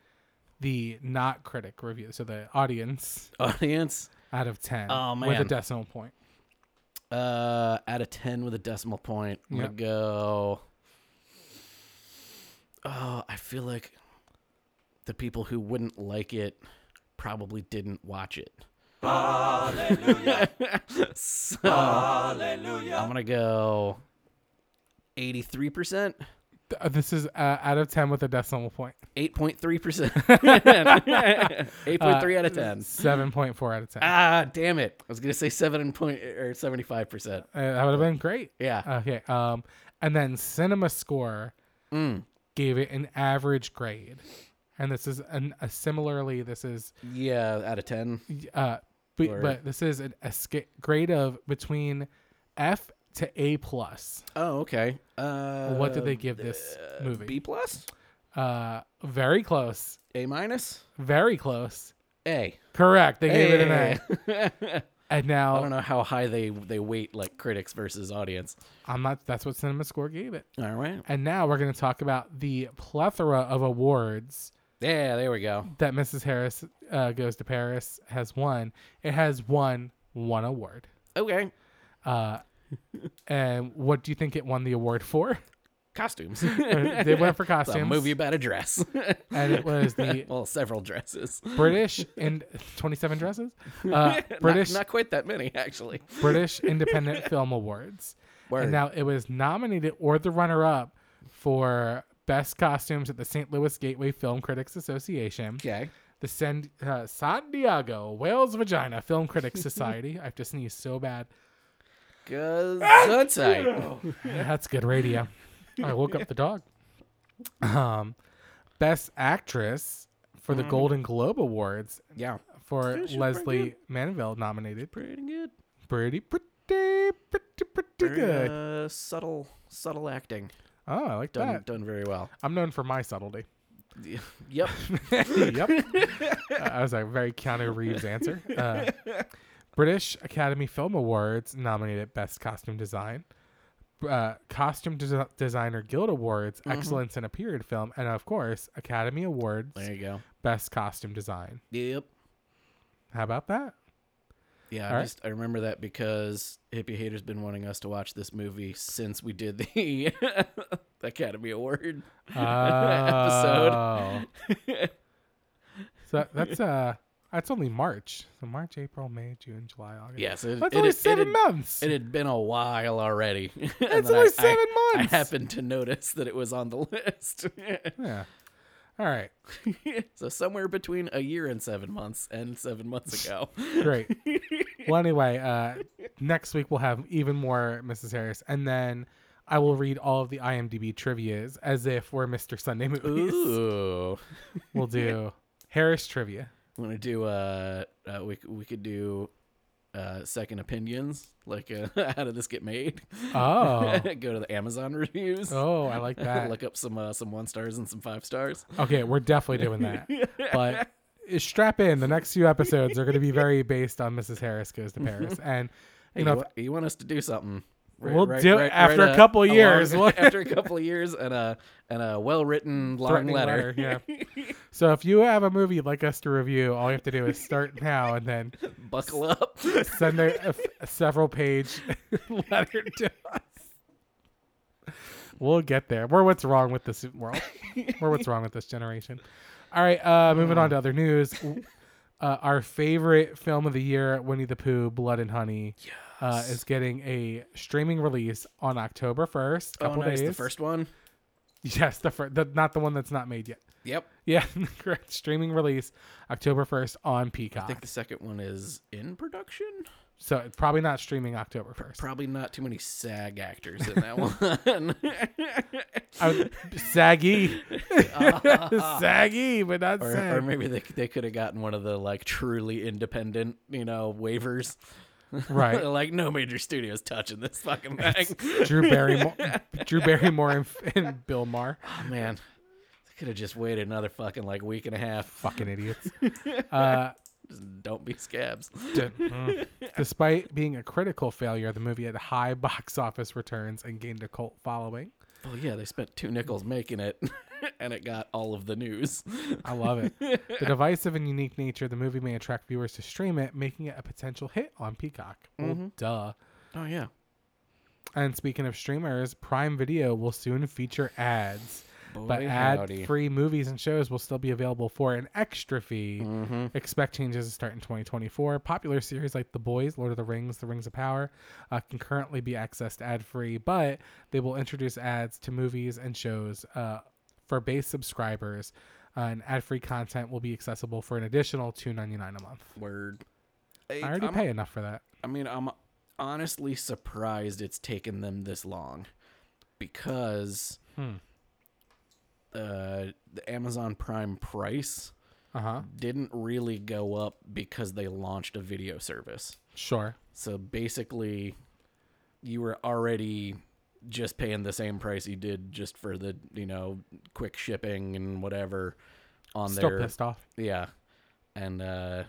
[SPEAKER 3] the not critic review, so the audience
[SPEAKER 2] Audience,
[SPEAKER 3] out of 10
[SPEAKER 2] Oh,
[SPEAKER 3] with a
[SPEAKER 2] man.
[SPEAKER 3] decimal point.
[SPEAKER 2] Uh, out of ten with a decimal point, I'm
[SPEAKER 3] Yep.
[SPEAKER 2] gonna go. Oh, I feel like the people who wouldn't like it probably didn't watch it. Hallelujah! so, Hallelujah! I'm gonna go eighty-three percent,
[SPEAKER 3] Th- uh, This is uh, out of 10 with a decimal point.
[SPEAKER 2] eight point three percent, eight point three out of ten.
[SPEAKER 3] Uh, 7.4 out of 10.
[SPEAKER 2] Ah, damn it! I was gonna say seven point or seventy-five percent.
[SPEAKER 3] Uh, that would have been great.
[SPEAKER 2] Yeah.
[SPEAKER 3] Okay. Um, and then Cinema Score
[SPEAKER 2] Mm.
[SPEAKER 3] gave it an average grade, and this is an a similarly this is
[SPEAKER 2] yeah, out of ten.
[SPEAKER 3] uh, b-
[SPEAKER 2] Word.
[SPEAKER 3] but this is an, a sca- grade of between F to A plus.
[SPEAKER 2] Oh, okay. Uh,
[SPEAKER 3] What did they give this movie?
[SPEAKER 2] B plus,
[SPEAKER 3] Uh, very close.
[SPEAKER 2] A minus,
[SPEAKER 3] Very close.
[SPEAKER 2] A.
[SPEAKER 3] Correct. They gave it an
[SPEAKER 2] Hey.
[SPEAKER 3] A. And now
[SPEAKER 2] I don't know how high they they weight like critics versus audience.
[SPEAKER 3] I'm not. That's what Cinema Score gave it.
[SPEAKER 2] All right.
[SPEAKER 3] And now we're going to talk about the plethora of awards
[SPEAKER 2] Yeah, there we go.
[SPEAKER 3] that Mrs. Harris uh, goes to Paris has won. It has won one award.
[SPEAKER 2] Okay.
[SPEAKER 3] And what do you think it won the award for?
[SPEAKER 2] Costumes.
[SPEAKER 3] they went for
[SPEAKER 2] It's a
[SPEAKER 3] costumes.
[SPEAKER 2] movie about a dress.
[SPEAKER 3] And it was the
[SPEAKER 2] well, several dresses.
[SPEAKER 3] British and 27 dresses. Uh,
[SPEAKER 2] Not-
[SPEAKER 3] British
[SPEAKER 2] Not, quite that many, actually.
[SPEAKER 3] British Independent Film Awards.
[SPEAKER 2] Word.
[SPEAKER 3] And now it was nominated or the runner up for best costumes at the St. Louis Gateway Film Critics Association.
[SPEAKER 2] okay.
[SPEAKER 3] the San, uh, San Diego Wales Vagina Film Critics Society. I have to sneeze so bad. Ah!
[SPEAKER 2] Gazutai.
[SPEAKER 3] That's good radio. I woke up the dog. Um, best actress for the Golden Globe Awards
[SPEAKER 2] Mm-hmm. yeah.
[SPEAKER 3] for
[SPEAKER 2] This is pretty
[SPEAKER 3] Leslie Manville nominated.
[SPEAKER 2] Pretty good.
[SPEAKER 3] Pretty, pretty, pretty, pretty good.
[SPEAKER 2] Uh, subtle, subtle acting.
[SPEAKER 3] Oh, I like
[SPEAKER 2] Done,
[SPEAKER 3] that.
[SPEAKER 2] done very well.
[SPEAKER 3] I'm known for my subtlety.
[SPEAKER 2] Yep.
[SPEAKER 3] yep. Uh, I was like, very Keanu Reeves answer. Uh, British Academy Film Awards nominated Best Costume Design, uh, Costume Desi- Designer Guild Awards,
[SPEAKER 2] Mm-hmm.
[SPEAKER 3] Excellence in a Period Film, and of course, Academy Awards
[SPEAKER 2] there you go.
[SPEAKER 3] Best Costume Design.
[SPEAKER 2] Yep.
[SPEAKER 3] How about that?
[SPEAKER 2] Yeah,
[SPEAKER 3] All
[SPEAKER 2] I
[SPEAKER 3] right.
[SPEAKER 2] just I remember that because Hippie Hater's been wanting us to watch this movie since we did the Academy Award. Episode.
[SPEAKER 3] Oh. so that's uh, that's only March. So March, April, May, June, July, August.
[SPEAKER 2] Yes, it,
[SPEAKER 3] that's
[SPEAKER 2] it,
[SPEAKER 3] only
[SPEAKER 2] it- it had,
[SPEAKER 3] seven months.
[SPEAKER 2] It had been a while already. That's
[SPEAKER 3] only seven
[SPEAKER 2] I
[SPEAKER 3] months.
[SPEAKER 2] happened to notice that it was on the list.
[SPEAKER 3] Yeah. All right.
[SPEAKER 2] so somewhere between a year and seven months and seven months ago.
[SPEAKER 3] Great. well, anyway, uh, next week we'll have even more Mrs. Harris, and then I will read all of the IMDb trivia's as if we're Mr. Sunday movies.
[SPEAKER 2] Ooh.
[SPEAKER 3] We'll do Harris trivia.
[SPEAKER 2] I'm gonna do uh, uh we c- we could do uh second opinions like uh, how did this get made?
[SPEAKER 3] Oh,
[SPEAKER 2] Go to the Amazon reviews.
[SPEAKER 3] oh, I like that.
[SPEAKER 2] Look up some uh, some one stars and some five stars.
[SPEAKER 3] Okay, we're definitely doing that. But uh, strap in. The next few episodes are going to be very based on Mrs. Harris goes to Paris, and
[SPEAKER 2] Hey,
[SPEAKER 3] you know,
[SPEAKER 2] wa- you want us to do something? Right-
[SPEAKER 3] We'll
[SPEAKER 2] right-
[SPEAKER 3] do it
[SPEAKER 2] right-
[SPEAKER 3] after
[SPEAKER 2] right,
[SPEAKER 3] a
[SPEAKER 2] uh,
[SPEAKER 3] couple
[SPEAKER 2] long-
[SPEAKER 3] years. We'll-
[SPEAKER 2] after a couple of years and a and a well written long
[SPEAKER 3] threatening
[SPEAKER 2] letter.
[SPEAKER 3] Yeah. so if you have a movie you'd like us to review, all you have to do is start now and then
[SPEAKER 2] Buckle up.
[SPEAKER 3] send a, a f- a several page letter to us. We'll get there. We're what's wrong with this world. We're what's wrong with this generation. All right, uh, moving on to other news. Uh, our favorite film of the year, Winnie the Pooh, Blood and Honey, uh, is getting a streaming release on October 1st.
[SPEAKER 2] oh,
[SPEAKER 3] Couple
[SPEAKER 2] nice.
[SPEAKER 3] days.
[SPEAKER 2] The first one.
[SPEAKER 3] Yes, the first. The, not the one that's not made yet.
[SPEAKER 2] Yep.
[SPEAKER 3] Yeah, correct. Streaming release October 1st on Peacock.
[SPEAKER 2] I think the second one is in production.
[SPEAKER 3] so it's probably not streaming October 1st.
[SPEAKER 2] Probably not too many SAG actors in that one.
[SPEAKER 3] I would- saggy. saggy, but not
[SPEAKER 2] or,
[SPEAKER 3] sag.
[SPEAKER 2] or maybe they, they could have gotten one of the like truly independent, you know, waivers.
[SPEAKER 3] Right.
[SPEAKER 2] like no major studio's touching this fucking thing.
[SPEAKER 3] Drew Barrymore, Drew Barrymore and, and Bill Maher.
[SPEAKER 2] oh, man. They could have just waited another fucking like week and a half.
[SPEAKER 3] Fucking idiots. Uh,
[SPEAKER 2] Just don't be scabs.
[SPEAKER 3] d- mm. Despite being a critical failure, the movie had high box office returns and gained a cult following.
[SPEAKER 2] Well, yeah, they spent two nickels making it, and it got all of the news.
[SPEAKER 3] I love it. the divisive and unique nature of the movie may attract viewers to stream it, making it a potential hit on Peacock. Well, duh.
[SPEAKER 2] Oh yeah,
[SPEAKER 3] And speaking of streamers, Prime Video will soon feature ads. but
[SPEAKER 2] Boy,
[SPEAKER 3] ad
[SPEAKER 2] howdy.
[SPEAKER 3] free movies and shows will still be available for an extra fee.
[SPEAKER 2] Mm-hmm.
[SPEAKER 3] Expect changes to start in 2024. Popular series like The Boys, Lord of the Rings, The Rings of Power uh, can currently be accessed ad free, but they will introduce ads to movies and shows uh, for base subscribers. Uh, and ad free content will be accessible for an additional two ninety nine a month.
[SPEAKER 2] word. I,
[SPEAKER 3] I already
[SPEAKER 2] I'm-
[SPEAKER 3] pay enough for that.
[SPEAKER 2] I mean, I'm honestly surprised it's taken them this long, because uh, the Amazon Prime price
[SPEAKER 3] Uh huh.
[SPEAKER 2] didn't really go up because they launched a video service.
[SPEAKER 3] Sure.
[SPEAKER 2] So basically, you were already just paying the same price you did just for the you know quick shipping and whatever on
[SPEAKER 3] Still
[SPEAKER 2] their
[SPEAKER 3] pissed off.
[SPEAKER 2] yeah, and uh,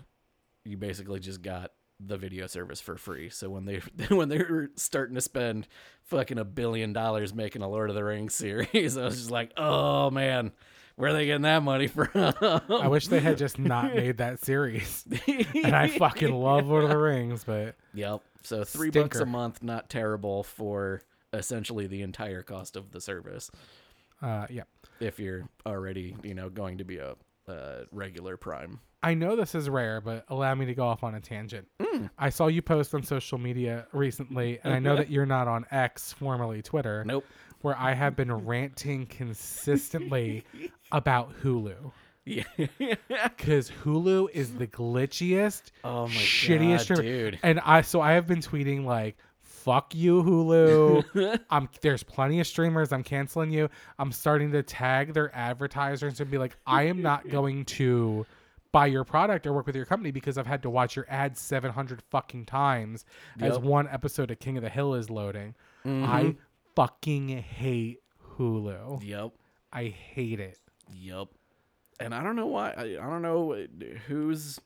[SPEAKER 2] you basically just got the video service for free. So when they when they were starting to spend fucking a billion dollars making a Lord of the Rings series, I was just like, oh man, where are they getting that money
[SPEAKER 3] I
[SPEAKER 2] from?
[SPEAKER 3] wish they had just not made that series. and I fucking love Lord of the Rings, but
[SPEAKER 2] Yep. So three bucks a
[SPEAKER 3] Stinker.
[SPEAKER 2] month, not terrible for essentially the entire cost of the service.
[SPEAKER 3] uh, yeah.
[SPEAKER 2] If you're already, you know, going to be a uh, regular Prime.
[SPEAKER 3] I know this is rare, but allow me to go off on a tangent.
[SPEAKER 2] Mm.
[SPEAKER 3] I saw you post on social media recently, and I know that you're not on X, formerly Twitter,
[SPEAKER 2] Mm-hmm. Nope.
[SPEAKER 3] where I have been ranting consistently about Hulu.
[SPEAKER 2] Yeah.
[SPEAKER 3] Because Hulu is the glitchiest,
[SPEAKER 2] Oh my
[SPEAKER 3] shittiest
[SPEAKER 2] God,
[SPEAKER 3] streamer.
[SPEAKER 2] dude.
[SPEAKER 3] And I so I have been tweeting like, "Fuck you, Hulu." I'm there's plenty of streamers. I'm canceling you. I'm starting to tag their advertisers and be like, "I am not going to." Buy your product or work with your company because I've had to watch your ad 700 fucking times as
[SPEAKER 2] Yep. Mm-hmm.
[SPEAKER 3] one episode of King of the Hill is loading. I fucking hate Hulu.
[SPEAKER 2] Yep.
[SPEAKER 3] I hate it.
[SPEAKER 2] Yep. And I don't know why. I, I don't know uh, who's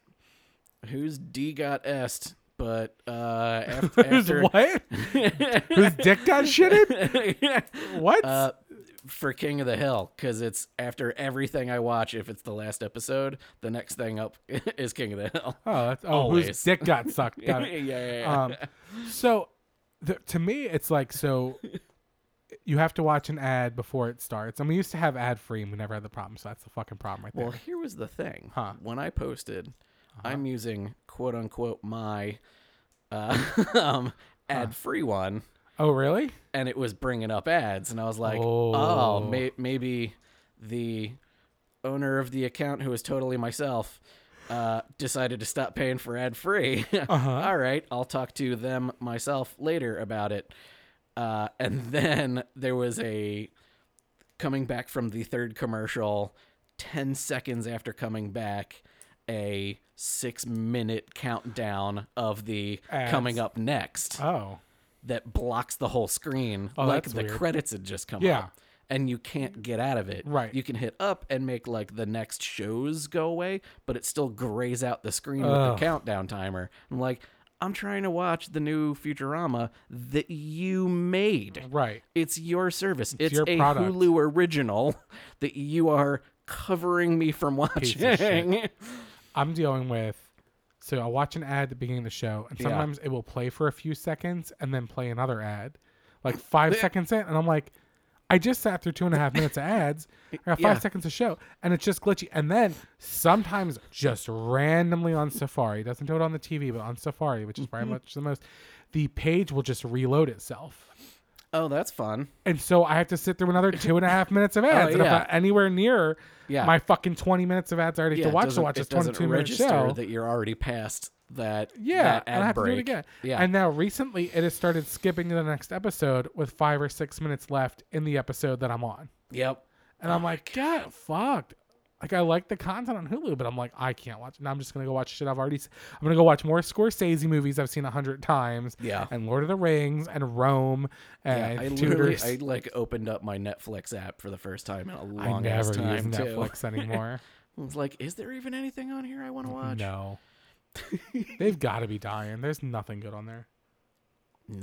[SPEAKER 2] who's D got s but uh, after,
[SPEAKER 3] Who's
[SPEAKER 2] after
[SPEAKER 3] what? Whose dick got shitted? What?
[SPEAKER 2] uh, for King of the Hill because it's after everything I watch. If it's the last episode, the next thing up is King of the Hill.
[SPEAKER 3] oh, that's, oh whose
[SPEAKER 2] always.
[SPEAKER 3] dick got sucked? Got
[SPEAKER 2] yeah,
[SPEAKER 3] it.
[SPEAKER 2] yeah, yeah.
[SPEAKER 3] um, so the, to me it's like so you have to watch an ad before it starts and we used to have ad free and we never had the problem so that's the fucking problem right there
[SPEAKER 2] well, here was the thing.
[SPEAKER 3] Huh. Uh-huh.
[SPEAKER 2] When I posted, I'm using quote unquote my uh, um, ad free one,
[SPEAKER 3] oh really
[SPEAKER 2] and it was bringing up ads, and I was like, oh,
[SPEAKER 3] Oh.
[SPEAKER 2] may- maybe the owner of the account, who is totally myself, uh, decided to stop paying for ad free. All right, I'll talk to them myself later about it. Uh, and then there was a coming back from the third commercial, 10 seconds after coming back, a six minute countdown of the
[SPEAKER 3] Ads.
[SPEAKER 2] coming up next
[SPEAKER 3] Oh.
[SPEAKER 2] that blocks the whole screen.
[SPEAKER 3] Oh,
[SPEAKER 2] like
[SPEAKER 3] that's
[SPEAKER 2] the
[SPEAKER 3] weird.
[SPEAKER 2] credits had just come
[SPEAKER 3] Yeah.
[SPEAKER 2] up. And you can't get out of it.
[SPEAKER 3] Right.
[SPEAKER 2] You can hit up and make like the next shows go away, but it still grays out the screen with
[SPEAKER 3] Ugh.
[SPEAKER 2] the countdown timer. I'm like, I'm trying to watch the new Futurama that you made.
[SPEAKER 3] Right.
[SPEAKER 2] It's your service. It's,
[SPEAKER 3] your
[SPEAKER 2] a
[SPEAKER 3] product.
[SPEAKER 2] Hulu original that you are covering me from watching.
[SPEAKER 3] of I'm dealing with. So I watch an ad at the beginning of the show, and
[SPEAKER 2] Yeah.
[SPEAKER 3] sometimes it will play for a few seconds and then play another ad, like five seconds in, and I'm like, I just sat through two and a half minutes of ads, I got five
[SPEAKER 2] Yeah.
[SPEAKER 3] seconds of show, and it's just glitchy. And then sometimes just randomly on Safari, doesn't do it on the TV, but on Safari, which is
[SPEAKER 2] Mm-hmm.
[SPEAKER 3] probably much the most, the page will just reload itself.
[SPEAKER 2] oh, that's fun.
[SPEAKER 3] And so I have to sit through another two and a half minutes of ads. And if
[SPEAKER 2] Oh, yeah.
[SPEAKER 3] I'm anywhere near
[SPEAKER 2] Yeah.
[SPEAKER 3] my fucking 20 minutes of ads I already have
[SPEAKER 2] it
[SPEAKER 3] to watch to
[SPEAKER 2] doesn't-
[SPEAKER 3] watch this
[SPEAKER 2] it doesn't
[SPEAKER 3] 22 minute
[SPEAKER 2] register
[SPEAKER 3] show.
[SPEAKER 2] that you're already past that.
[SPEAKER 3] Yeah,
[SPEAKER 2] that ad
[SPEAKER 3] and I have
[SPEAKER 2] break.
[SPEAKER 3] to do it again.
[SPEAKER 2] Yeah,
[SPEAKER 3] And now recently, it has started skipping to the next episode with five or six minutes left in the episode that I'm on,
[SPEAKER 2] yep.
[SPEAKER 3] and
[SPEAKER 2] Oh
[SPEAKER 3] I'm like, God, fucked. Like I like the content on Hulu, but I'm like, I can't watch. Now I'm just gonna go watch shit I've already. s- I'm gonna go watch more Scorsese movies I've seen a hundred times.
[SPEAKER 2] Yeah.
[SPEAKER 3] and Lord of the Rings and Rome and
[SPEAKER 2] Yeah, I literally,
[SPEAKER 3] Tudors.
[SPEAKER 2] I like opened up my Netflix app for the first time in a
[SPEAKER 3] I
[SPEAKER 2] long ass
[SPEAKER 3] never use
[SPEAKER 2] time too.
[SPEAKER 3] Netflix anymore.
[SPEAKER 2] I was like, is there even anything on here I want to watch?
[SPEAKER 3] no, they've got to be dying. There's nothing good on there.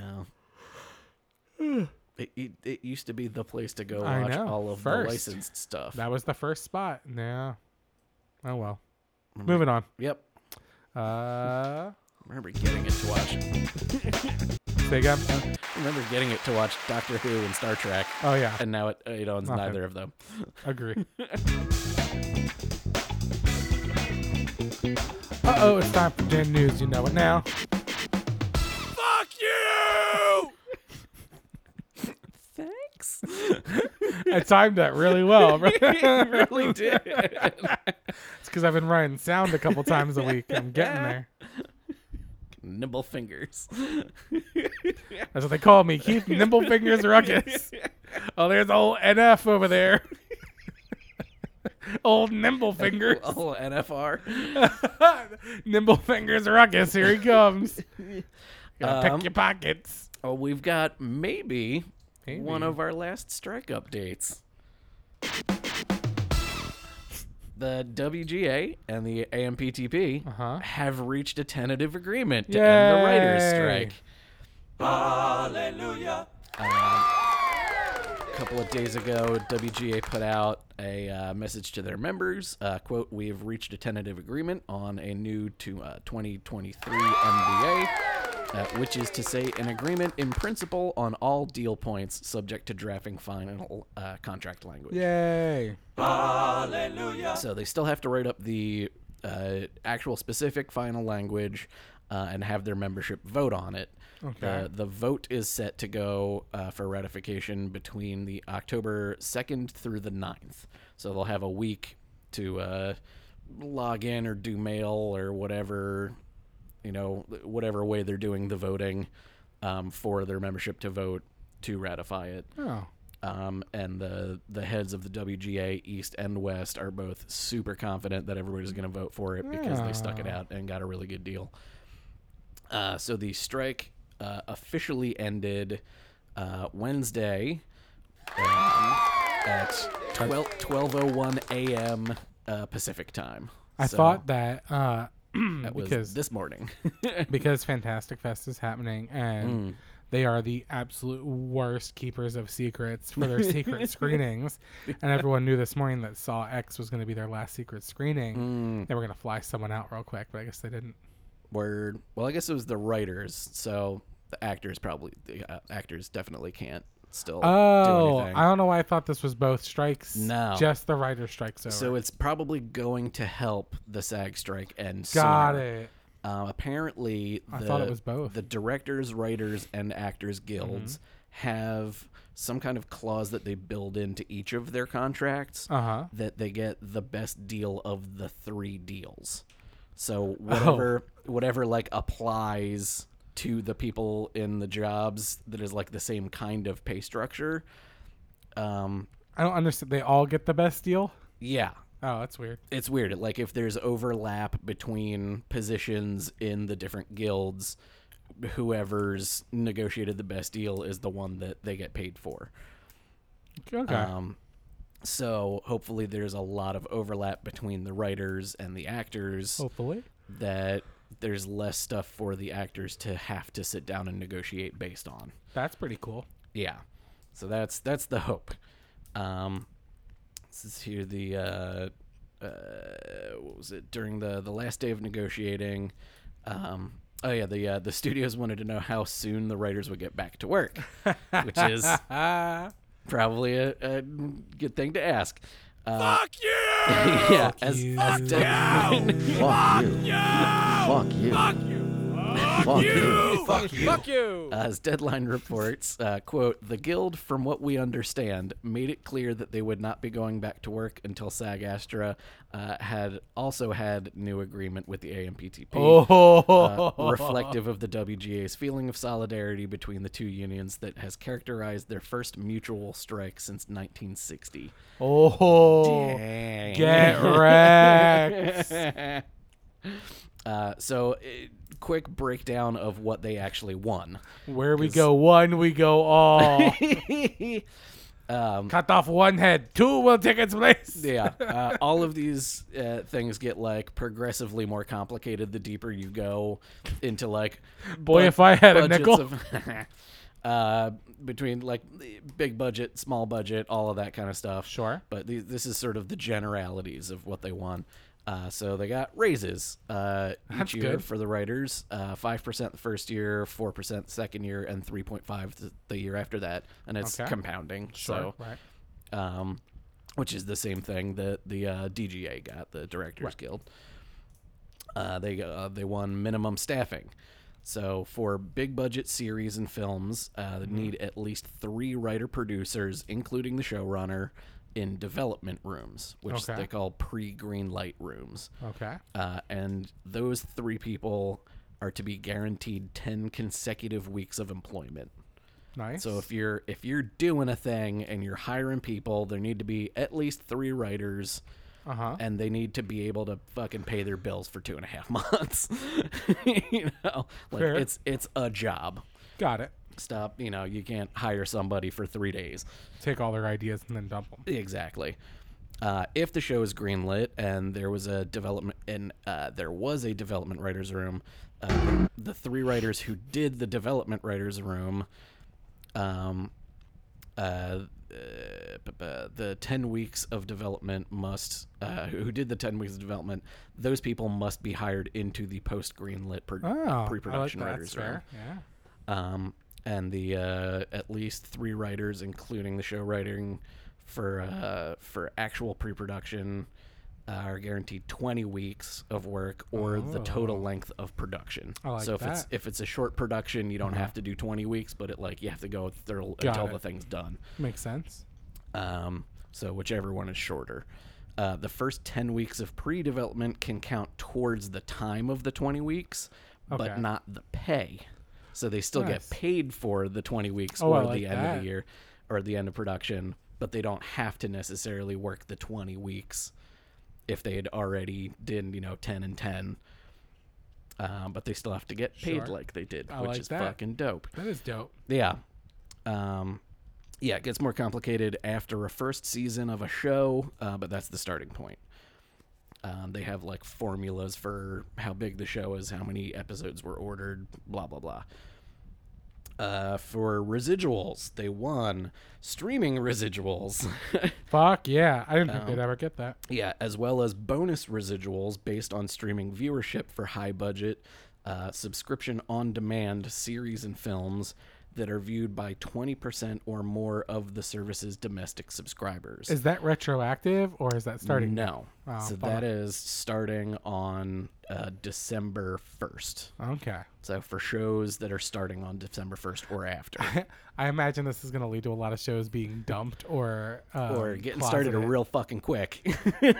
[SPEAKER 2] No. it, it it used to be the place to go
[SPEAKER 3] I
[SPEAKER 2] watch
[SPEAKER 3] know,
[SPEAKER 2] all of
[SPEAKER 3] first.
[SPEAKER 2] the licensed stuff.
[SPEAKER 3] That was the first spot. Yeah. Oh well.
[SPEAKER 2] Mm-hmm.
[SPEAKER 3] Moving on.
[SPEAKER 2] Yep.
[SPEAKER 3] Uh,
[SPEAKER 2] Remember getting it to watch.
[SPEAKER 3] say again.
[SPEAKER 2] Remember getting it to watch Doctor Who and Star Trek,
[SPEAKER 3] Oh yeah,
[SPEAKER 2] and now it it owns
[SPEAKER 3] Nothing.
[SPEAKER 2] neither of them.
[SPEAKER 3] agree. uh oh, it's time for Dan news. You know it now.
[SPEAKER 2] Fuck you. Thanks.
[SPEAKER 3] I timed that really well. bro.
[SPEAKER 2] you really did.
[SPEAKER 3] it's because I've been writing sound a couple times a week. I'm getting there.
[SPEAKER 2] Nimble fingers.
[SPEAKER 3] That's what they call me, Keith Nimble Fingers Ruckus. Oh, there's old NF over there. old Nimble Fingers.
[SPEAKER 2] Oh, NFR.
[SPEAKER 3] Nimble Fingers Ruckus. Here he comes. Gotta
[SPEAKER 2] Um,
[SPEAKER 3] pick your pockets.
[SPEAKER 2] Oh, we've got maybe, one
[SPEAKER 3] Maybe.
[SPEAKER 2] of our last strike updates. The WGA and the AMPTP
[SPEAKER 3] Uh-huh.
[SPEAKER 2] have reached a tentative agreement to end the writers'
[SPEAKER 3] Yay.
[SPEAKER 2] strike. A couple of days ago, WGA put out a uh, message to their members. Uh, quote, we have reached a tentative agreement on a new to, uh, 2023 MBA, uh, which is to say an agreement in principle on all deal points subject to drafting final uh, contract language.
[SPEAKER 3] Yay.
[SPEAKER 2] So they still have to write up the uh, actual specific final language uh, and have their membership vote on it.
[SPEAKER 3] Okay.
[SPEAKER 2] The, the vote is set to go uh, for ratification between the October 2nd through the 9th. So they'll have a week to uh, log in or do mail or whatever, you know, whatever way they're doing the voting um, for their membership to vote to ratify it
[SPEAKER 3] Oh.
[SPEAKER 2] um, and the the heads of the WGA East and West are both super confident that everybody's going to vote for it because they stuck
[SPEAKER 3] Hmm.
[SPEAKER 2] it out and got a really good deal. Uh, so the strike uh, officially ended uh, Wednesday um, at oh 12, 12.01 a.m. Uh, Pacific time.
[SPEAKER 3] I
[SPEAKER 2] So
[SPEAKER 3] thought that uh,
[SPEAKER 2] that was
[SPEAKER 3] because
[SPEAKER 2] this morning.
[SPEAKER 3] because Fantastic Fest is happening
[SPEAKER 2] Mm.
[SPEAKER 3] and they are the absolute worst keepers of secrets for their secret screenings, and everyone knew this morning that Saw X was going to be their last secret
[SPEAKER 2] Mm. Hmm,
[SPEAKER 3] screening. They were going to fly someone out real quick, but I guess they didn't.
[SPEAKER 2] Word. Well, I guess it was the writers, so the actors probably the uh, actors definitely can't still do
[SPEAKER 3] Oh,
[SPEAKER 2] anything.
[SPEAKER 3] I don't know why I thought this was both strikes.
[SPEAKER 2] No.
[SPEAKER 3] just the writer strikes over.
[SPEAKER 2] So it's probably going to help the SAG strike end.
[SPEAKER 3] Got
[SPEAKER 2] sooner.
[SPEAKER 3] it.
[SPEAKER 2] Um, apparently, the,
[SPEAKER 3] I thought it was both.
[SPEAKER 2] The directors, writers, and actors guilds
[SPEAKER 3] Mm-hmm.
[SPEAKER 2] have some kind of clause that they build into each of their contracts
[SPEAKER 3] Uh huh.
[SPEAKER 2] that they get the best deal of the three deals.
[SPEAKER 3] Oh.
[SPEAKER 2] So whatever whatever like applies to the people in the jobs that is like the same kind of pay structure. Um
[SPEAKER 3] I don't understand. They all get the best deal.
[SPEAKER 2] yeah,
[SPEAKER 3] Oh, that's weird.
[SPEAKER 2] it's weird. Like if there's overlap between positions in the different guilds, whoever's negotiated the best deal is the one that they get paid for.
[SPEAKER 3] Okay.
[SPEAKER 2] Um, so hopefully there's a lot of overlap between the writers and the actors
[SPEAKER 3] Hopefully.
[SPEAKER 2] that there's less stuff for the actors to have to sit down and negotiate based on.
[SPEAKER 3] That's pretty cool.
[SPEAKER 2] Yeah. So that's that's the hope. Um this is here the uh uh what was it during the the last day of negotiating um oh yeah the uh, the studios wanted to know how soon the writers would get back to work which is
[SPEAKER 3] Ah.
[SPEAKER 2] probably a, a good thing to ask. Uh, Fuck you! yeah, as,
[SPEAKER 3] you.
[SPEAKER 2] as
[SPEAKER 3] Fuck
[SPEAKER 2] Deadline-
[SPEAKER 1] Fuck you! Fuck you! Fuck you! Fuck you!
[SPEAKER 3] Fuck you. Fuck you.
[SPEAKER 2] As Deadline reports, uh, quote, the Guild, from what we understand, made it clear that they would not be going back to work until SAG Astra uh, had also had new agreement with the AMPTP.
[SPEAKER 3] Oh.
[SPEAKER 2] uh, reflective of the WGA's feeling of solidarity between the two unions that has characterized their first mutual strike since 1960.
[SPEAKER 3] oh. Get wrecked.
[SPEAKER 2] Uh, so, eh, quick breakdown of what they actually won.
[SPEAKER 3] Where we go one, we go all.
[SPEAKER 2] um,
[SPEAKER 3] Cut off one head. Two will take its place.
[SPEAKER 2] yeah, uh, all of these uh, things get like progressively more complicated the deeper you go into like.
[SPEAKER 3] Boy, if I had a
[SPEAKER 2] budgets
[SPEAKER 3] nickel.
[SPEAKER 2] of- uh, between like the big budget, small budget, all of that kind of stuff.
[SPEAKER 3] Sure.
[SPEAKER 2] But the, this is sort of the generalities of what they won. Uh, so they got raises uh, each
[SPEAKER 3] That's
[SPEAKER 2] year
[SPEAKER 3] good.
[SPEAKER 2] for the writers, Uh, five percent the first year, four percent second year, and three point five the year after that, and it's
[SPEAKER 3] Okay.
[SPEAKER 2] compounding.
[SPEAKER 3] Sure.
[SPEAKER 2] So
[SPEAKER 3] Right.
[SPEAKER 2] um, which is the same thing that the uh, DGA got, the Directors Guild. Uh, they uh, they won minimum staffing. So for big budget series and films, uh, they need at least three writer producers, including the showrunner, in development rooms, which
[SPEAKER 3] Okay.
[SPEAKER 2] they call pre green light rooms.
[SPEAKER 3] Okay.
[SPEAKER 2] Uh, and those three people are to be guaranteed ten consecutive weeks of employment.
[SPEAKER 3] Nice.
[SPEAKER 2] So if you're if you're doing a thing and you're hiring people, there need to be at least three writers,
[SPEAKER 3] uh huh.
[SPEAKER 2] and they need to be able to fucking pay their bills for two and a half months. you know, like
[SPEAKER 3] Fair.
[SPEAKER 2] it's it's a job.
[SPEAKER 3] Got it.
[SPEAKER 2] Stop. You know, you can't hire somebody for three days.
[SPEAKER 3] Take all their ideas and then dump them.
[SPEAKER 2] Exactly. Uh, if the show is greenlit and there was a development and uh, there was a development writers room, uh, the three writers who did the development writers room, um, uh, uh, bu- bu- the ten weeks of development must uh, who did the ten weeks of development, those people must be hired into the post greenlit pro-
[SPEAKER 3] Oh,
[SPEAKER 2] pre-production
[SPEAKER 3] I like that.
[SPEAKER 2] writers
[SPEAKER 3] That's
[SPEAKER 2] room
[SPEAKER 3] fair. Yeah.
[SPEAKER 2] um, and the uh, at least three writers, including the show writing for uh, for actual pre-production, uh, are guaranteed 20 weeks of work or the total length of production.
[SPEAKER 3] Oh. I like
[SPEAKER 2] so if it's
[SPEAKER 3] that. Mm-hmm.
[SPEAKER 2] if it's a short production, you don't have to do 20 weeks, but it like you have to go through
[SPEAKER 3] Got
[SPEAKER 2] until
[SPEAKER 3] it.
[SPEAKER 2] the thing's done.
[SPEAKER 3] Makes sense.
[SPEAKER 2] Um, so whichever one is shorter. Uh, the first 10 weeks of pre-development can count towards the time of the 20 weeks, but
[SPEAKER 3] Okay.
[SPEAKER 2] not the pay. So they still
[SPEAKER 3] Nice.
[SPEAKER 2] get paid for the 20 weeks
[SPEAKER 3] Oh, I
[SPEAKER 2] or
[SPEAKER 3] like
[SPEAKER 2] the end of
[SPEAKER 3] that.
[SPEAKER 2] the year or the end of production, but they don't have to necessarily work the 20 weeks if they had already did, you know, 10 and 10. Um, but they still have to get paid
[SPEAKER 3] Sure.
[SPEAKER 2] like they did,
[SPEAKER 3] I
[SPEAKER 2] which
[SPEAKER 3] like
[SPEAKER 2] is
[SPEAKER 3] that.
[SPEAKER 2] fucking dope.
[SPEAKER 3] That is dope.
[SPEAKER 2] Yeah. Um, yeah, it gets more complicated after a first season of a show, uh, but that's the starting point. Um, they have like formulas for how big the show is, how many episodes were ordered, blah, blah, blah. Uh, for residuals, they won streaming residuals.
[SPEAKER 3] Fuck yeah. I didn't think they'd ever get that.
[SPEAKER 2] Yeah, as well as bonus residuals based on streaming viewership for high budget, uh, subscription on demand series and films that are viewed by 20% or more of the service's domestic subscribers.
[SPEAKER 3] Is that retroactive or is that starting?
[SPEAKER 2] No.
[SPEAKER 3] Oh,
[SPEAKER 2] so
[SPEAKER 3] bummer.
[SPEAKER 2] that is starting on uh, December 1st.
[SPEAKER 3] Okay.
[SPEAKER 2] So for shows that are starting on December 1st or after,
[SPEAKER 3] I imagine this is going to lead to a lot of shows being dumped or um,
[SPEAKER 2] or getting started
[SPEAKER 3] closeted.
[SPEAKER 2] real fucking quick.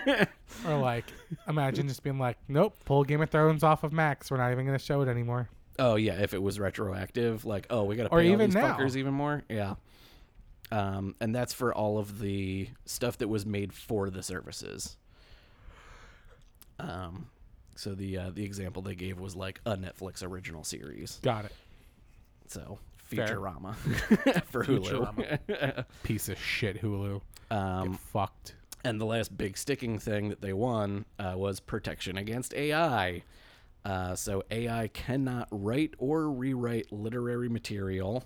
[SPEAKER 3] or like imagine just being like, nope, pull Game of Thrones off of Max. We're not even going to show it anymore.
[SPEAKER 2] oh yeah, if it was retroactive, like oh we gotta pay
[SPEAKER 3] Or
[SPEAKER 2] all
[SPEAKER 3] even
[SPEAKER 2] these
[SPEAKER 3] now.
[SPEAKER 2] fuckers even more. Yeah. Um, and that's for all of the stuff that was made for the services. Um, so the uh, the example they gave was like a Netflix original series.
[SPEAKER 3] Got it.
[SPEAKER 2] So
[SPEAKER 3] Fair.
[SPEAKER 2] Futurama for Hulu.
[SPEAKER 3] Piece of shit Hulu.
[SPEAKER 2] um,
[SPEAKER 3] Get fucked.
[SPEAKER 2] And the last big sticking thing that they won uh, was protection against AI. Uh, so AI cannot write or rewrite literary material.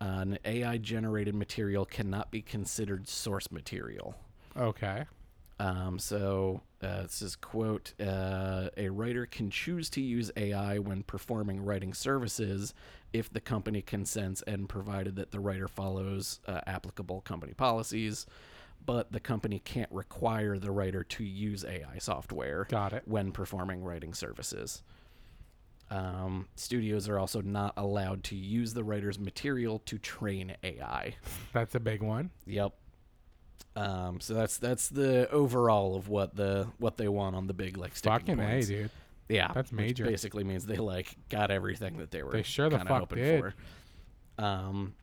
[SPEAKER 2] Uh, and AI generated material cannot be considered source material.
[SPEAKER 3] Okay.
[SPEAKER 2] Um, so uh, it says, quote, uh, a writer can choose to use AI when performing writing services if the company consents and provided that the writer follows uh, applicable company policies. But the company can't require the writer to use AI software
[SPEAKER 3] Got it.
[SPEAKER 2] when performing writing services. Um, studios are also not allowed to use the writer's material to train AI.
[SPEAKER 3] That's a big one.
[SPEAKER 2] Yep. Um, so that's that's the overall of what the what they want on the big like sticking
[SPEAKER 3] Fucking A,
[SPEAKER 2] points.
[SPEAKER 3] dude.
[SPEAKER 2] Yeah,
[SPEAKER 3] That's
[SPEAKER 2] which
[SPEAKER 3] major.
[SPEAKER 2] basically means they like got everything that they were
[SPEAKER 3] They sure the
[SPEAKER 2] kinda
[SPEAKER 3] fuck
[SPEAKER 2] hoping
[SPEAKER 3] did.
[SPEAKER 2] for. Um,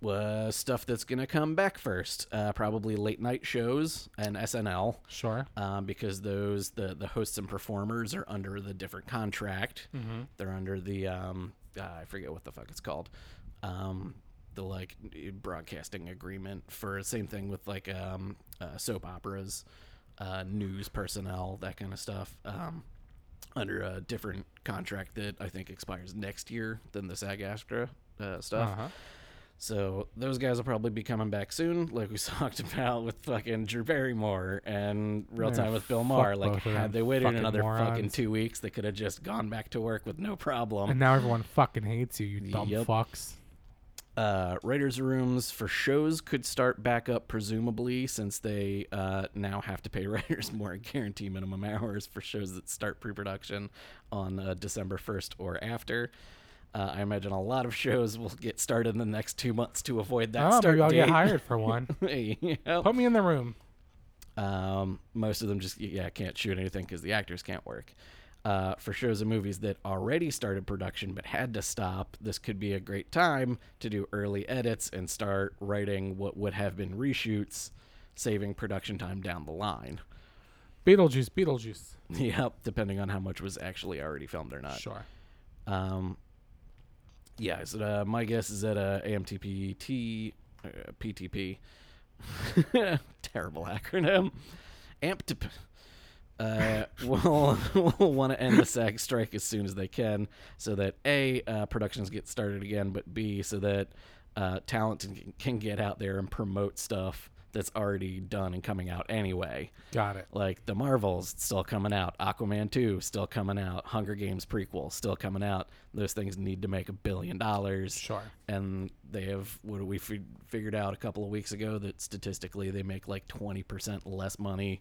[SPEAKER 2] well, stuff that's gonna come back first, uh, probably late night shows and SNL,
[SPEAKER 3] Sure.
[SPEAKER 2] um, because those the the hosts and performers are under the different contract. They're under the um, uh, I forget what the fuck it's called, um, the like broadcasting agreement for same thing with like um, uh, soap operas, uh, news personnel, that kind of stuff. Um, under a different contract that I think expires next year than the SAG-AFTRA uh, stuff.
[SPEAKER 3] Uh-huh.
[SPEAKER 2] So those guys will probably be coming back soon, like we talked about with fucking Drew Barrymore and Real
[SPEAKER 3] Yeah,
[SPEAKER 2] Time with Bill
[SPEAKER 3] fuck
[SPEAKER 2] Maher.
[SPEAKER 3] both
[SPEAKER 2] Like,
[SPEAKER 3] of them,
[SPEAKER 2] had they waited
[SPEAKER 3] fucking
[SPEAKER 2] another fucking
[SPEAKER 3] morons.
[SPEAKER 2] two weeks, they could have just gone back to work with no problem.
[SPEAKER 3] And now everyone fucking hates you, you dumb
[SPEAKER 2] Yep.
[SPEAKER 3] fucks.
[SPEAKER 2] Uh, writers' rooms for shows could start back up, presumably, since they uh, now have to pay writers more and guarantee minimum hours for shows that start pre-production on uh, December first or after. Uh, I imagine a lot of shows will get started in the next two months to avoid that
[SPEAKER 3] Oh,
[SPEAKER 2] start
[SPEAKER 3] maybe I'll
[SPEAKER 2] date.
[SPEAKER 3] get hired for one.
[SPEAKER 2] Yep.
[SPEAKER 3] Put me in the room.
[SPEAKER 2] Um, most of them just yeah can't shoot anything because the actors can't work. Uh, for shows and movies that already started production but had to stop, this could be a great time to do early edits and start writing what would have been reshoots, saving production time down the line.
[SPEAKER 3] Beetlejuice, Beetlejuice.
[SPEAKER 2] Yep, depending on how much was actually already filmed or not.
[SPEAKER 3] Sure.
[SPEAKER 2] Um, yeah, so uh, my guess is that uh, AMTPT, uh, PTP, terrible acronym, AMPTP, uh, will, will want to end the SAG strike as soon as they can so that A, uh, productions get started again, but B, so that uh, talent can- can get out there and promote stuff that's already done and coming out anyway
[SPEAKER 3] Got it.
[SPEAKER 2] like the Marvels still coming out, Aquaman 2 still coming out, Hunger Games prequel still coming out. Those things need to make a billion dollars.
[SPEAKER 3] Sure.
[SPEAKER 2] And they have what do we fi- figured out a couple of weeks ago that statistically they make like 20% less money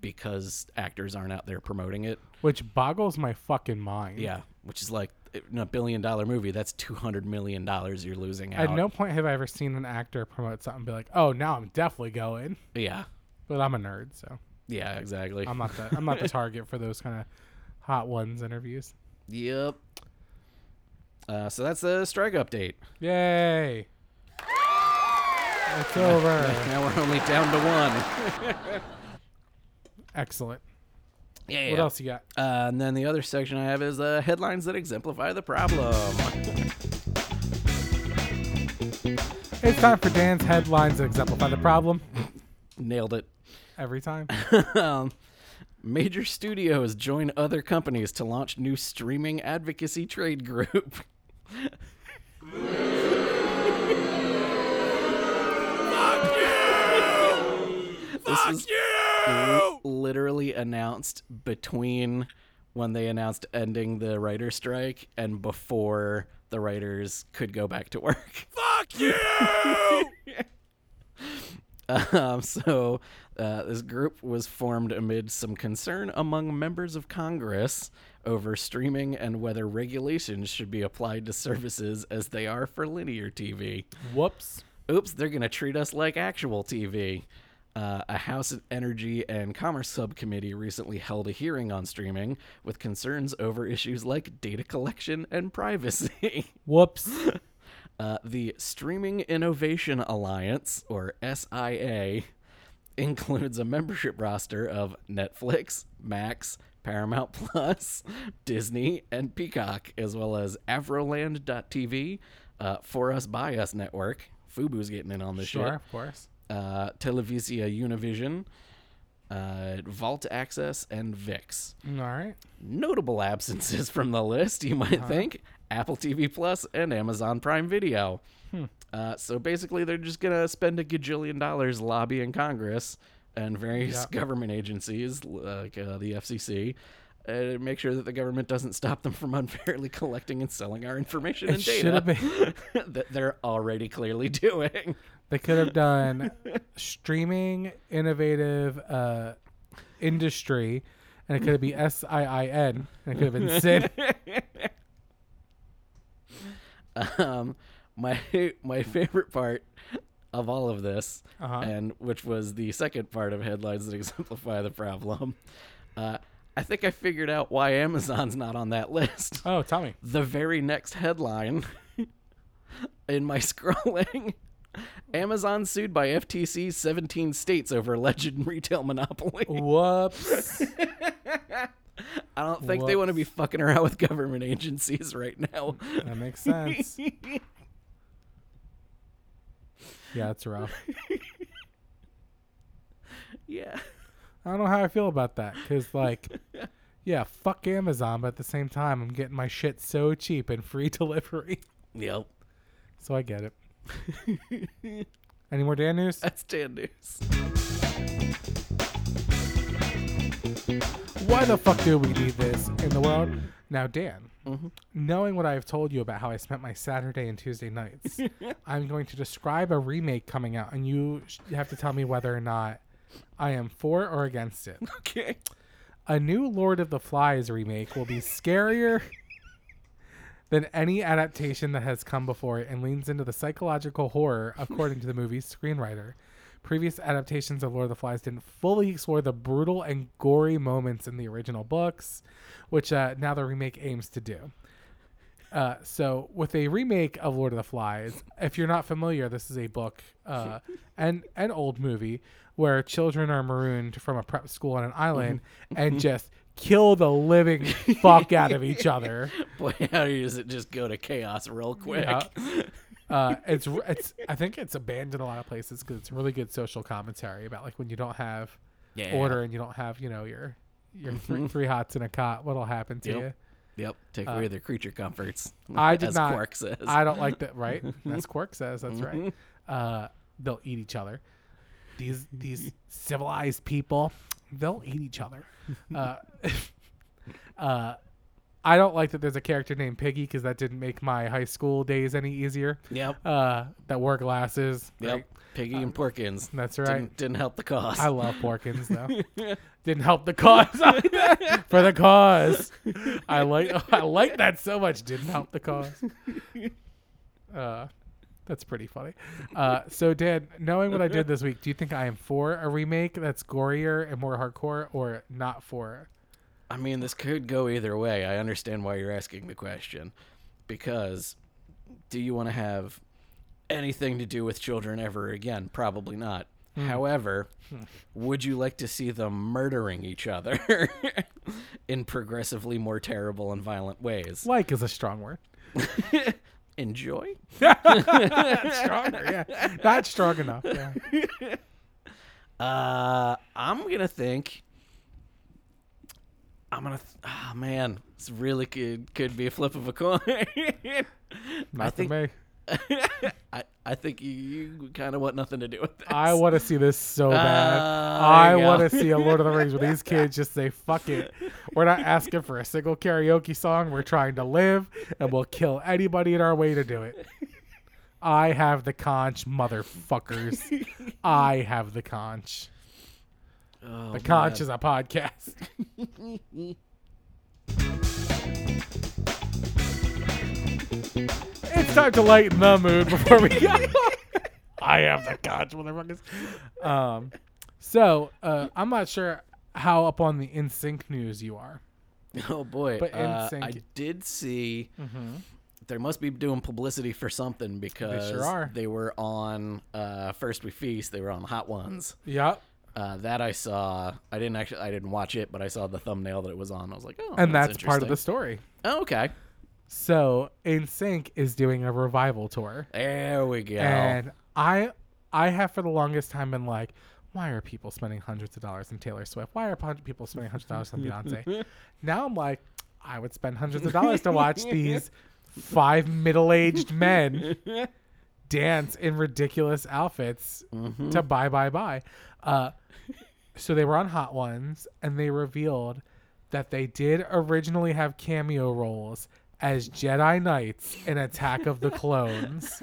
[SPEAKER 2] because actors aren't out there promoting it.
[SPEAKER 3] Which boggles my fucking mind.
[SPEAKER 2] Yeah, which is like in a billion dollar movie, that's 200 million dollars you're losing out.
[SPEAKER 3] At no point have I ever seen an actor promote something and be like, "Oh, now I'm definitely going."
[SPEAKER 2] Yeah.
[SPEAKER 3] But I'm a nerd, so
[SPEAKER 2] Yeah, exactly.
[SPEAKER 3] I'm not the I'm not the target for those kind of hot ones interviews.
[SPEAKER 2] yep. Uh, so that's the strike update.
[SPEAKER 3] Yay! It's over.
[SPEAKER 2] Now we're only down to one.
[SPEAKER 3] Excellent.
[SPEAKER 2] Yeah.
[SPEAKER 3] What else you got?
[SPEAKER 2] Uh, and then the other section I have is uh, headlines that exemplify the problem.
[SPEAKER 3] It's time for Dan's headlines that exemplify the problem
[SPEAKER 2] Nailed it.
[SPEAKER 3] every time.
[SPEAKER 2] um, major studios join other companies to launch new streaming advocacy trade group. This was l- literally announced between when they announced ending the writer strike and before the writers could go back to work.
[SPEAKER 3] Fuck you!
[SPEAKER 2] Um, so, uh, this group was formed amid some concern among members of Congress over streaming and whether regulations should be applied to services as they are for linear TV.
[SPEAKER 3] Whoops.
[SPEAKER 2] Oops, they're going to treat us like actual TV. Uh, a House Energy and Commerce subcommittee recently held a hearing on streaming with concerns over issues like data collection and privacy.
[SPEAKER 3] Whoops.
[SPEAKER 2] Uh, the Streaming Innovation Alliance, or SIA, includes a membership roster of Netflix, Max, Paramount Plus, Disney, and Peacock, as well as Avroland.tv, uh, For Us By Us Network. Fubu's getting in on this
[SPEAKER 3] Sure,
[SPEAKER 2] shit.
[SPEAKER 3] of course.
[SPEAKER 2] Uh, Televisia Univision, uh, Vault Access, and VIX
[SPEAKER 3] All right.
[SPEAKER 2] notable absences from the list, you might think Apple TV Plus and Amazon Prime Video. Uh, so basically, they're just going to spend a gajillion dollars lobbying Congress and various government agencies like uh, the FCC. Uh, to make sure that the government doesn't stop them from unfairly collecting and selling our information and
[SPEAKER 3] should have
[SPEAKER 2] data that they're already clearly doing.
[SPEAKER 3] They could have done streaming innovative uh, industry, and it could have been S I I N, and it could have been Sid.
[SPEAKER 2] um, my my favorite part of all of this,
[SPEAKER 3] Uh-huh.
[SPEAKER 2] and which was the second part of headlines that exemplify the problem. Uh, I think I figured out why Amazon's not on that list.
[SPEAKER 3] Oh, Tommy.
[SPEAKER 2] The very next headline in my scrolling. Amazon sued by FTC 17 states over alleged retail monopoly.
[SPEAKER 3] Oh, Whoops.
[SPEAKER 2] I don't think they want to be fucking around with government agencies right now.
[SPEAKER 3] That makes sense. Yeah, it's rough.
[SPEAKER 2] Yeah.
[SPEAKER 3] I don't know how I feel about that because, like, yeah, fuck Amazon, but at the same time, I'm getting my shit so cheap and free delivery.
[SPEAKER 2] Yep.
[SPEAKER 3] So I get it. Any more Dan news?
[SPEAKER 2] That's Dan News.
[SPEAKER 3] Why the fuck do we need this in the world? Now, Dan, knowing what I have told you about how I spent my Saturday and Tuesday nights, I'm going to describe a remake coming out, and you sh- you have to tell me whether or not I am for or against it.
[SPEAKER 2] Okay.
[SPEAKER 3] A new Lord of the Flies remake will be scarier than any adaptation that has come before it and leans into the psychological horror, according to the movie's screenwriter. Previous adaptations of Lord of the Flies didn't fully explore the brutal and gory moments in the original books, which uh, now the remake aims to do. Uh, so, with a remake of Lord of the Flies, if you're not familiar, this is a book uh, and an old movie where children are marooned from a prep school on an
[SPEAKER 2] Mm-hmm.
[SPEAKER 3] island and just kill the living fuck out of each other.
[SPEAKER 2] Boy, how does it just go to chaos real quick?
[SPEAKER 3] Yeah. Uh, it's it's I think it's abandoned in a lot of places because it's really good social commentary about like when you don't have
[SPEAKER 2] Yeah. Mm-hmm.
[SPEAKER 3] order and you don't have you know your your three, three hots and a cot. What'll happen to
[SPEAKER 2] Yep.
[SPEAKER 3] you?
[SPEAKER 2] Yep. Take away their creature comforts.
[SPEAKER 3] Uh, I did
[SPEAKER 2] as
[SPEAKER 3] not.
[SPEAKER 2] Quark says.
[SPEAKER 3] I don't like that. Right? That's Quark says. That's
[SPEAKER 2] Mm-hmm.
[SPEAKER 3] right. Uh, they'll eat each other. These these civilized people, they'll eat each other. Uh, uh, I don't like that there's a character named Piggy because that didn't make my high school days any easier.
[SPEAKER 2] Yep.
[SPEAKER 3] Uh, that wore glasses.
[SPEAKER 2] Yep.
[SPEAKER 3] right?
[SPEAKER 2] Piggy and Porkins.
[SPEAKER 3] uh, That's right.
[SPEAKER 2] Didn't, didn't help the cause.
[SPEAKER 3] I love Porkins though. Didn't help the cause either. for the cause. I like I like that so much. Didn't help the cause. Uh, that's pretty funny. Uh, so Dan, knowing what I did this week, do you think I am for a remake that's gorier and more hardcore, or not for?
[SPEAKER 2] I mean, this could go either way. I understand why you're asking the question. Because do you want to have anything to do with children ever again? Probably not.
[SPEAKER 3] Hmm.
[SPEAKER 2] However, would you like to see them murdering each other in progressively more terrible and violent ways?
[SPEAKER 3] Like is a strong word.
[SPEAKER 2] Enjoy?
[SPEAKER 3] Stronger, yeah. Not strong enough. Yeah.
[SPEAKER 2] Uh, I'm gonna think. I'm gonna. Th- oh man, this really could could be a flip of a coin. I
[SPEAKER 3] Not
[SPEAKER 2] think
[SPEAKER 3] for me.
[SPEAKER 2] I, I think you, you kind of want nothing to do with this.
[SPEAKER 3] I want to see this so bad.
[SPEAKER 2] Ah,
[SPEAKER 3] I
[SPEAKER 2] there you
[SPEAKER 3] want to
[SPEAKER 2] go.
[SPEAKER 3] see a Lord of the Rings where these kids just say, fuck it. We're not asking for a single karaoke song. We're trying to live, and we'll kill anybody in our way to do it. I have the conch, motherfuckers. I have the conch.
[SPEAKER 2] Oh,
[SPEAKER 3] The
[SPEAKER 2] man.
[SPEAKER 3] conch is a podcast. it's time to lighten the mood before we go. I have the conch, motherfuckers. Um, so uh, I'm not sure how up on the NSYNC news you are.
[SPEAKER 2] Oh boy.
[SPEAKER 3] But
[SPEAKER 2] uh,
[SPEAKER 3] NSYNC
[SPEAKER 2] I did see
[SPEAKER 3] Mm-hmm.
[SPEAKER 2] they must be doing publicity for something because
[SPEAKER 3] are.
[SPEAKER 2] they were on uh, First We Feast, they were on Hot Ones.
[SPEAKER 3] Yep.
[SPEAKER 2] Uh, that I saw. I didn't actually I didn't watch it, but I saw the thumbnail that it was on. I was like, "Oh,
[SPEAKER 3] And that's, part of the
[SPEAKER 2] interesting.
[SPEAKER 3] story.
[SPEAKER 2] Oh, okay.
[SPEAKER 3] So NSYNC is doing a revival tour,
[SPEAKER 2] There we go.
[SPEAKER 3] and I I have for the longest time been like, why are people spending hundreds of dollars on Taylor Swift? Why are pon- people spending hundreds of dollars on Beyonce? now I'm like, I would spend hundreds of dollars to watch these five middle aged men dance in ridiculous outfits to buy buy buy. Uh, so they were on Hot Ones, and they revealed that they did originally have cameo roles as Jedi Knights in Attack of the Clones,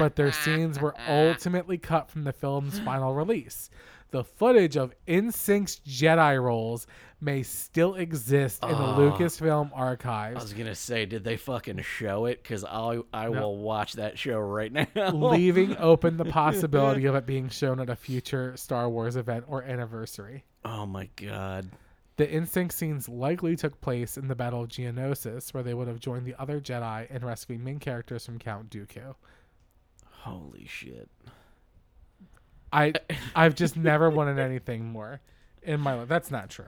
[SPEAKER 3] but their scenes were ultimately cut from the film's final release. The footage of InSync's Jedi roles may still exist in the Lucasfilm
[SPEAKER 2] I
[SPEAKER 3] archives.
[SPEAKER 2] was gonna say, did they fucking show it? Because I I will watch that show right now.
[SPEAKER 3] leaving open the possibility of it being shown at a future Star Wars event or anniversary.
[SPEAKER 2] oh my god.
[SPEAKER 3] The instinct scenes likely took place in the Battle of Geonosis, where they would have joined the other Jedi in rescuing main characters from Count Dooku.
[SPEAKER 2] Holy shit.
[SPEAKER 3] I I've just never wanted anything more in my life. That's not true.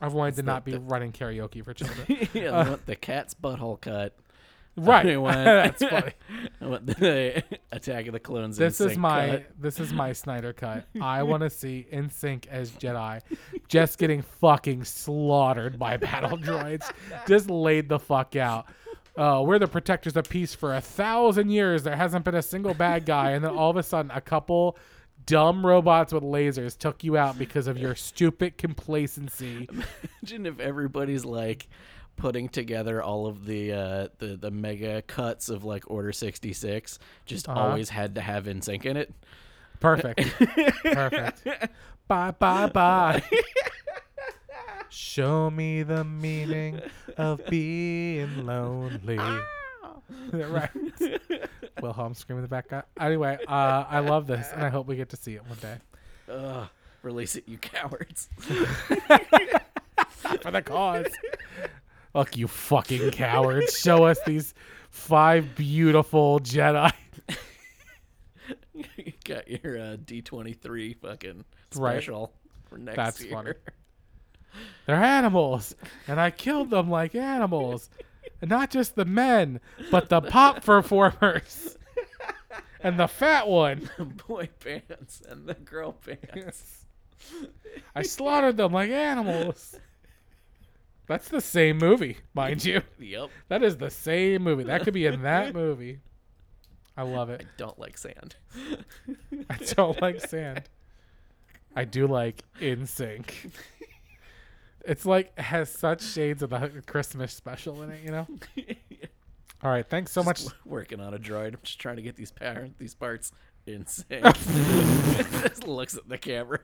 [SPEAKER 3] I've wanted to not be running karaoke for children. Uh,
[SPEAKER 2] yeah, I want the cat's butthole cut.
[SPEAKER 3] right.
[SPEAKER 2] I want-
[SPEAKER 3] That's funny.
[SPEAKER 2] I want the Attack of the Clones.
[SPEAKER 3] This is
[SPEAKER 2] NSYNC
[SPEAKER 3] my
[SPEAKER 2] cut.
[SPEAKER 3] this is my Snyder cut. I want to see NSYNC as Jedi, just getting fucking slaughtered by battle droids, just laid the fuck out. Uh, we're the protectors of peace for a thousand years. There hasn't been a single bad guy, and then all of a sudden, a couple dumb robots with lasers took you out because of your stupid complacency.
[SPEAKER 2] Imagine if everybody's like putting together all of the uh, the the mega cuts of like Order sixty six. Just
[SPEAKER 3] Uh-huh.
[SPEAKER 2] always had to have NSYNC in it.
[SPEAKER 3] Perfect. Perfect. Bye bye bye. Show me the meaning of being lonely. right. Wilhelm screaming in the background. Anyway, uh, I love this, and I hope we get to see it one day.
[SPEAKER 2] Ugh, release it, you cowards.
[SPEAKER 3] For the cause. Fuck you, fucking cowards! Show us these five beautiful Jedi.
[SPEAKER 2] you got your uh, D twenty three fucking
[SPEAKER 3] Right.
[SPEAKER 2] special for next
[SPEAKER 3] That's
[SPEAKER 2] year.
[SPEAKER 3] funny. They're animals, and I killed them like animals. And not just the men, but the pop performers. And the fat one.
[SPEAKER 2] The boy bands and the girl bands.
[SPEAKER 3] I slaughtered them like animals. That's the same movie, mind you.
[SPEAKER 2] yep.
[SPEAKER 3] That is the same movie. That could be in that movie. I love it.
[SPEAKER 2] Don't like sand.
[SPEAKER 3] I don't like sand. I do like in sync. It's like has such shades of the Christmas special in it, you know? All right, thanks so much.
[SPEAKER 2] Just w- working on a droid. I'm just trying to get these power these parts in sync. Just looks at the camera.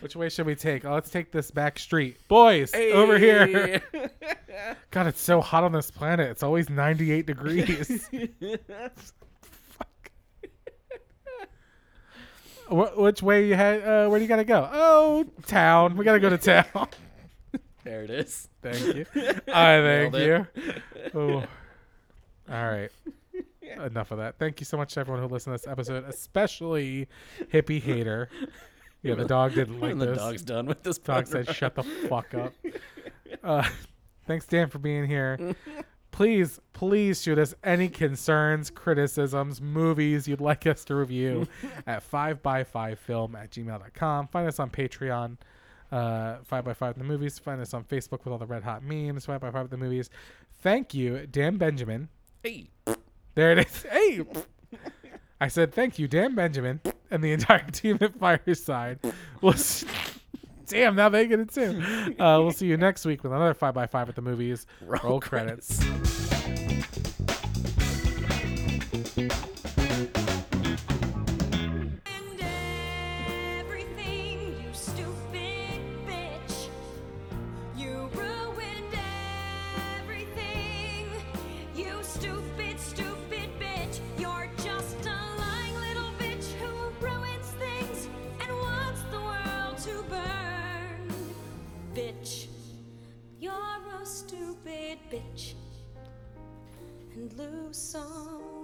[SPEAKER 3] Which way should we take? Oh, let's take this back street. Boys, over here. God, it's so hot on this planet. It's always 98 degrees. Fuck. Wh- which way you head? Uh, where do you gotta go? Oh, town. We gotta go to town.
[SPEAKER 2] There it is.
[SPEAKER 3] thank you. I thank
[SPEAKER 2] Nailed it.
[SPEAKER 3] you. Oh. All right. Enough of that. Thank you so much to everyone who listened to this episode, especially hippie hater. Yeah, the dog didn't like
[SPEAKER 2] and the
[SPEAKER 3] this.
[SPEAKER 2] dog's done with this
[SPEAKER 3] Dog
[SPEAKER 2] part.
[SPEAKER 3] said, "Shut the fuck up." Uh, thanks, Dan, for being here. Please, please shoot us any concerns, criticisms, movies you'd like us to review at 5 by 5 film at gmail.com. Find us on Patreon. uh, 5 by 5 the movies. Find us on Facebook with all the red hot memes, 5 by 5 the movies. Thank you, Dan Benjamin.
[SPEAKER 2] Hey,
[SPEAKER 3] There it is. Hey! I said thank you, Dan Benjamin, and the entire team at Fireside. We'll s Damn, now they get it too. Uh, we'll see you next week with another 5 by 5 at the movies.
[SPEAKER 2] Roll
[SPEAKER 3] credits.
[SPEAKER 4] And everything, you stupid bitch. You ruined everything. You stupid, stupid bitch. You're just a lying little bitch who ruins things and wants the world to burn. Bitch. You're a stupid bitch. And lose some.